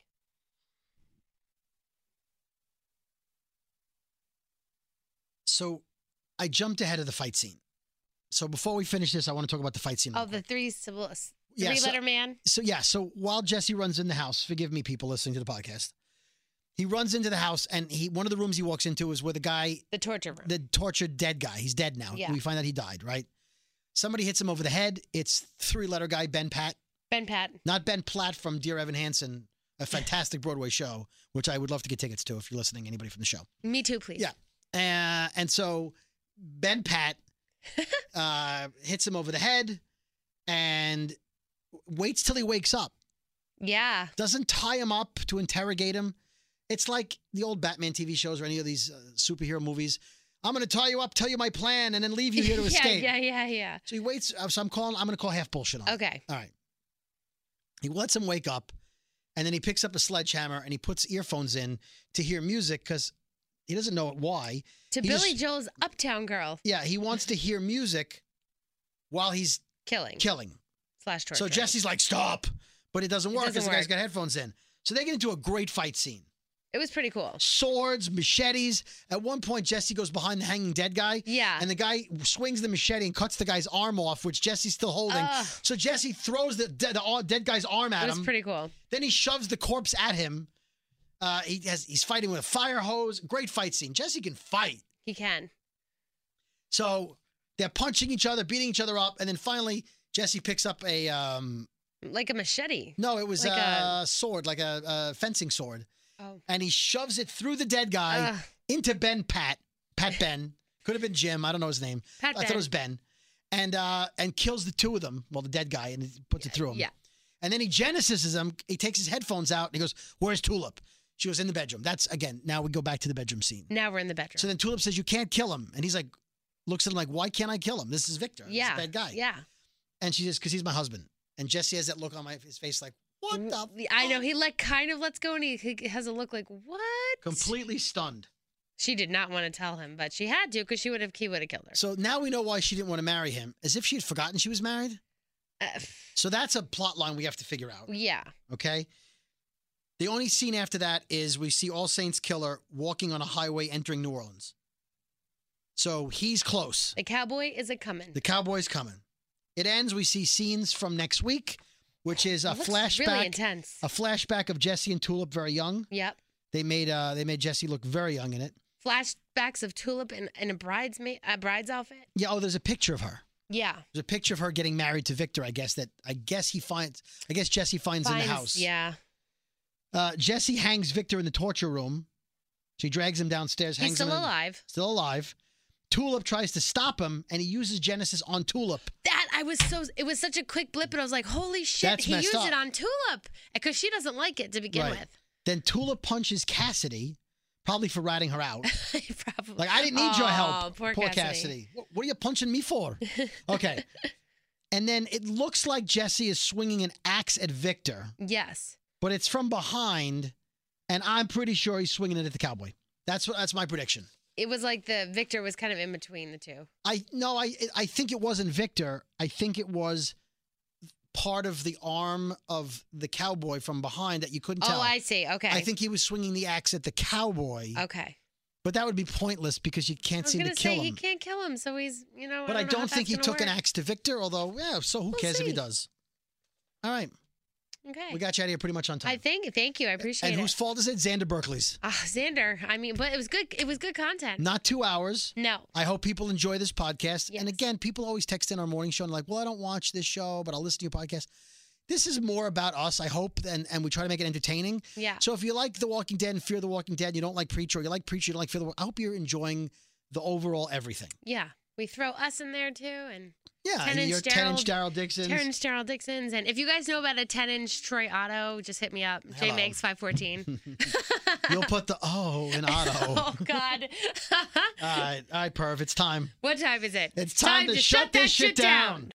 [SPEAKER 2] So I jumped ahead of the fight scene. So before we finish this, I want to talk about the fight scene. real
[SPEAKER 1] Oh, the
[SPEAKER 2] quick.
[SPEAKER 1] three syllables,
[SPEAKER 2] Mm, yeah,
[SPEAKER 1] Three
[SPEAKER 2] so-
[SPEAKER 1] letter man.
[SPEAKER 2] so yeah, so while Jesse runs in the house, forgive me, people listening to the podcast, he runs into the house, and he one of the rooms he walks into is where the guy,
[SPEAKER 1] The torture room.
[SPEAKER 2] the tortured dead guy, he's dead now.
[SPEAKER 1] Yeah.
[SPEAKER 2] We find out he died, right? Somebody hits him over the head. It's three letter guy Ben Pat,
[SPEAKER 1] ben Pat.
[SPEAKER 2] not Ben Platt from Dear Evan Hansen, a fantastic Broadway show, which I would love to get tickets to if you're listening, anybody from the show.
[SPEAKER 1] Me too, please.
[SPEAKER 2] Yeah. Uh, and so Ben Pat uh, hits him over the head and waits till he wakes up.
[SPEAKER 1] Yeah.
[SPEAKER 2] doesn't tie him up to interrogate him. It's like the old Batman TV shows or any of these uh, superhero movies. I'm going to tie you up, tell you my plan, and then leave you here to
[SPEAKER 1] yeah,
[SPEAKER 2] escape.
[SPEAKER 1] yeah, yeah, yeah.
[SPEAKER 2] So he waits. uh, So I'm calling. I'm going to call half bullshit on. him.
[SPEAKER 1] Okay.
[SPEAKER 2] All right. He lets him wake up, and then he picks up a sledgehammer and he puts earphones in to hear music because he doesn't know why.
[SPEAKER 1] To
[SPEAKER 2] He
[SPEAKER 1] Billy
[SPEAKER 2] just-
[SPEAKER 1] Joel's Uptown Girl
[SPEAKER 2] Yeah, he wants to hear music while he's
[SPEAKER 1] killing
[SPEAKER 2] killing.
[SPEAKER 1] slash torture.
[SPEAKER 2] So Jesse's like, "Stop!" But it doesn't
[SPEAKER 1] It
[SPEAKER 2] work
[SPEAKER 1] doesn't
[SPEAKER 2] because the guy's
[SPEAKER 1] work.
[SPEAKER 2] got headphones in. So they get into a great fight scene.
[SPEAKER 1] It was pretty cool.
[SPEAKER 2] swords, machetes. At one point, Jesse goes behind the hanging dead guy.
[SPEAKER 1] Yeah.
[SPEAKER 2] And the guy swings the machete and cuts the guy's arm off, which Jesse's still holding.
[SPEAKER 1] Ugh.
[SPEAKER 2] So Jesse throws the, de- the ar- dead guy's arm at
[SPEAKER 1] It was
[SPEAKER 2] him.
[SPEAKER 1] pretty cool.
[SPEAKER 2] then he shoves the corpse at him. Uh, he has, he's fighting with a fire hose. Great fight scene. Jesse can fight.
[SPEAKER 1] He can.
[SPEAKER 2] So they're punching each other, beating each other up, and then finally Jesse picks up a um,
[SPEAKER 1] Like a machete.
[SPEAKER 2] no, it was
[SPEAKER 1] Like
[SPEAKER 2] a,
[SPEAKER 1] a-
[SPEAKER 2] sword, like a, a fencing sword,
[SPEAKER 1] Oh.
[SPEAKER 2] and he shoves it through the dead guy.
[SPEAKER 1] Ugh.
[SPEAKER 2] into Ben Pat. Pat Ben. Could have been Jim. I don't know his name.
[SPEAKER 1] Pat
[SPEAKER 2] I thought it
[SPEAKER 1] Ben.
[SPEAKER 2] was Ben. And uh, and kills the two of them. Well, the dead guy, and he puts it through him.
[SPEAKER 1] yeah.
[SPEAKER 2] And then he genesis him. He takes his headphones out and he goes, Where's Tulip? She goes in the bedroom. That's again, now we go back to the bedroom scene.
[SPEAKER 1] Now we're in the bedroom.
[SPEAKER 2] So then Tulip says, You can't kill him. And he's like, looks at him like, Why can't I kill him? This is Victor. This is
[SPEAKER 1] yeah.
[SPEAKER 2] a bad guy.
[SPEAKER 1] Yeah.
[SPEAKER 2] And she says, Because he's my husband. And Jesse has that look on my his face, like, What the
[SPEAKER 1] Mm, I know
[SPEAKER 2] fuck?"
[SPEAKER 1] he like kind of lets go and he, he has a look like what?
[SPEAKER 2] completely stunned.
[SPEAKER 1] She did not want to tell him, but she had to because she would have he would have killed her.
[SPEAKER 2] So now we know why she didn't want to marry him. As if she had forgotten she was married.
[SPEAKER 1] Uh,
[SPEAKER 2] So that's a plot line we have to figure out.
[SPEAKER 1] yeah.
[SPEAKER 2] Okay. The only scene after that is we see All Saints Killer walking on a highway entering New Orleans. So he's close.
[SPEAKER 1] The cowboy is a coming.
[SPEAKER 2] The Cowboys coming. It ends. We see scenes from next week, which is a
[SPEAKER 1] It looks
[SPEAKER 2] flashback.
[SPEAKER 1] Really intense.
[SPEAKER 2] a flashback of Jesse and Tulip very young.
[SPEAKER 1] yep.
[SPEAKER 2] They made uh they made Jesse look very young in it.
[SPEAKER 1] Flashbacks of Tulip in, in a bridesmaid a bride's outfit.
[SPEAKER 2] Yeah. Oh, there's a picture of her.
[SPEAKER 1] Yeah.
[SPEAKER 2] There's a picture of her getting married to Victor. I guess that I guess he finds. I guess Jesse finds, in the
[SPEAKER 1] Finds-
[SPEAKER 2] house.
[SPEAKER 1] Yeah.
[SPEAKER 2] Uh, Jesse hangs Victor in the torture room. She drags him downstairs. Hangs
[SPEAKER 1] He's still
[SPEAKER 2] him in-
[SPEAKER 1] alive.
[SPEAKER 2] still alive. Tulip tries to stop him, and he uses Genesis on Tulip.
[SPEAKER 1] That I was so it was such a quick blip, and I was like, holy shit,
[SPEAKER 2] That's
[SPEAKER 1] he
[SPEAKER 2] messed
[SPEAKER 1] used
[SPEAKER 2] up.
[SPEAKER 1] it on Tulip because she doesn't like it to begin
[SPEAKER 2] Right. Then Tulip punches Cassidy, probably for ratting her out.
[SPEAKER 1] with. Probably.
[SPEAKER 2] Like I didn't need your
[SPEAKER 1] Oh,
[SPEAKER 2] help,
[SPEAKER 1] Poor, Cassidy.
[SPEAKER 2] What, what are you punching me for? Okay. and then it looks like Jesse is swinging an axe at Victor,
[SPEAKER 1] Yes.
[SPEAKER 2] but it's from behind, and I'm pretty sure he's swinging it at the cowboy. That's what. That's my prediction.
[SPEAKER 1] It was like the Victor was kind of in between the two.
[SPEAKER 2] I no, I I think it wasn't Victor. I think it was part of the arm of the cowboy from behind that you couldn't tell.
[SPEAKER 1] Oh, I see. Okay.
[SPEAKER 2] I think he was swinging the axe at the cowboy,
[SPEAKER 1] Okay.
[SPEAKER 2] but that would be pointless because you
[SPEAKER 1] I
[SPEAKER 2] can't
[SPEAKER 1] was
[SPEAKER 2] seem
[SPEAKER 1] gonna
[SPEAKER 2] to
[SPEAKER 1] say
[SPEAKER 2] kill
[SPEAKER 1] he
[SPEAKER 2] him.
[SPEAKER 1] can't kill him, so he's you know.
[SPEAKER 2] But I
[SPEAKER 1] I
[SPEAKER 2] don't
[SPEAKER 1] know how
[SPEAKER 2] think he
[SPEAKER 1] that's gonna
[SPEAKER 2] took an
[SPEAKER 1] work.
[SPEAKER 2] axe to Victor. Although, yeah, so who
[SPEAKER 1] We'll
[SPEAKER 2] cares if he
[SPEAKER 1] see.
[SPEAKER 2] does? All right,
[SPEAKER 1] Okay.
[SPEAKER 2] we got you out of here pretty much on time.
[SPEAKER 1] I think. Thank you. I appreciate
[SPEAKER 2] and
[SPEAKER 1] it.
[SPEAKER 2] whose fault is it? Xander Berkeley's.
[SPEAKER 1] Ah, Xander. I mean, but it was good. It was good content.
[SPEAKER 2] Not two hours.
[SPEAKER 1] No.
[SPEAKER 2] I hope people enjoy this podcast.
[SPEAKER 1] Yes.
[SPEAKER 2] And again, people always text in our morning show and like, well, I don't watch this show, but I'll listen to your podcast. This is more about us, I hope, and, and we try to make it entertaining.
[SPEAKER 1] Yeah.
[SPEAKER 2] So if you like The Walking Dead and Fear the Walking Dead, you don't like Preacher, or you like Preacher, you don't like Fear the Walking I hope you're enjoying the overall everything.
[SPEAKER 1] Yeah. We throw us in there too, and
[SPEAKER 2] Yeah.
[SPEAKER 1] 10
[SPEAKER 2] and
[SPEAKER 1] inch
[SPEAKER 2] your 10 inch Daryl Dixon.
[SPEAKER 1] Terrence Gerald Dixon's, and if you guys know about a 10-inch Troy Auto, just hit me up.
[SPEAKER 2] Hello.
[SPEAKER 1] JMegs five fourteen.
[SPEAKER 2] You'll put the O in Otto.
[SPEAKER 1] Oh
[SPEAKER 2] All
[SPEAKER 1] God.
[SPEAKER 2] right. Uh, All right, Perv, it's time.
[SPEAKER 1] what time is it?
[SPEAKER 2] It's time to shut this shit down.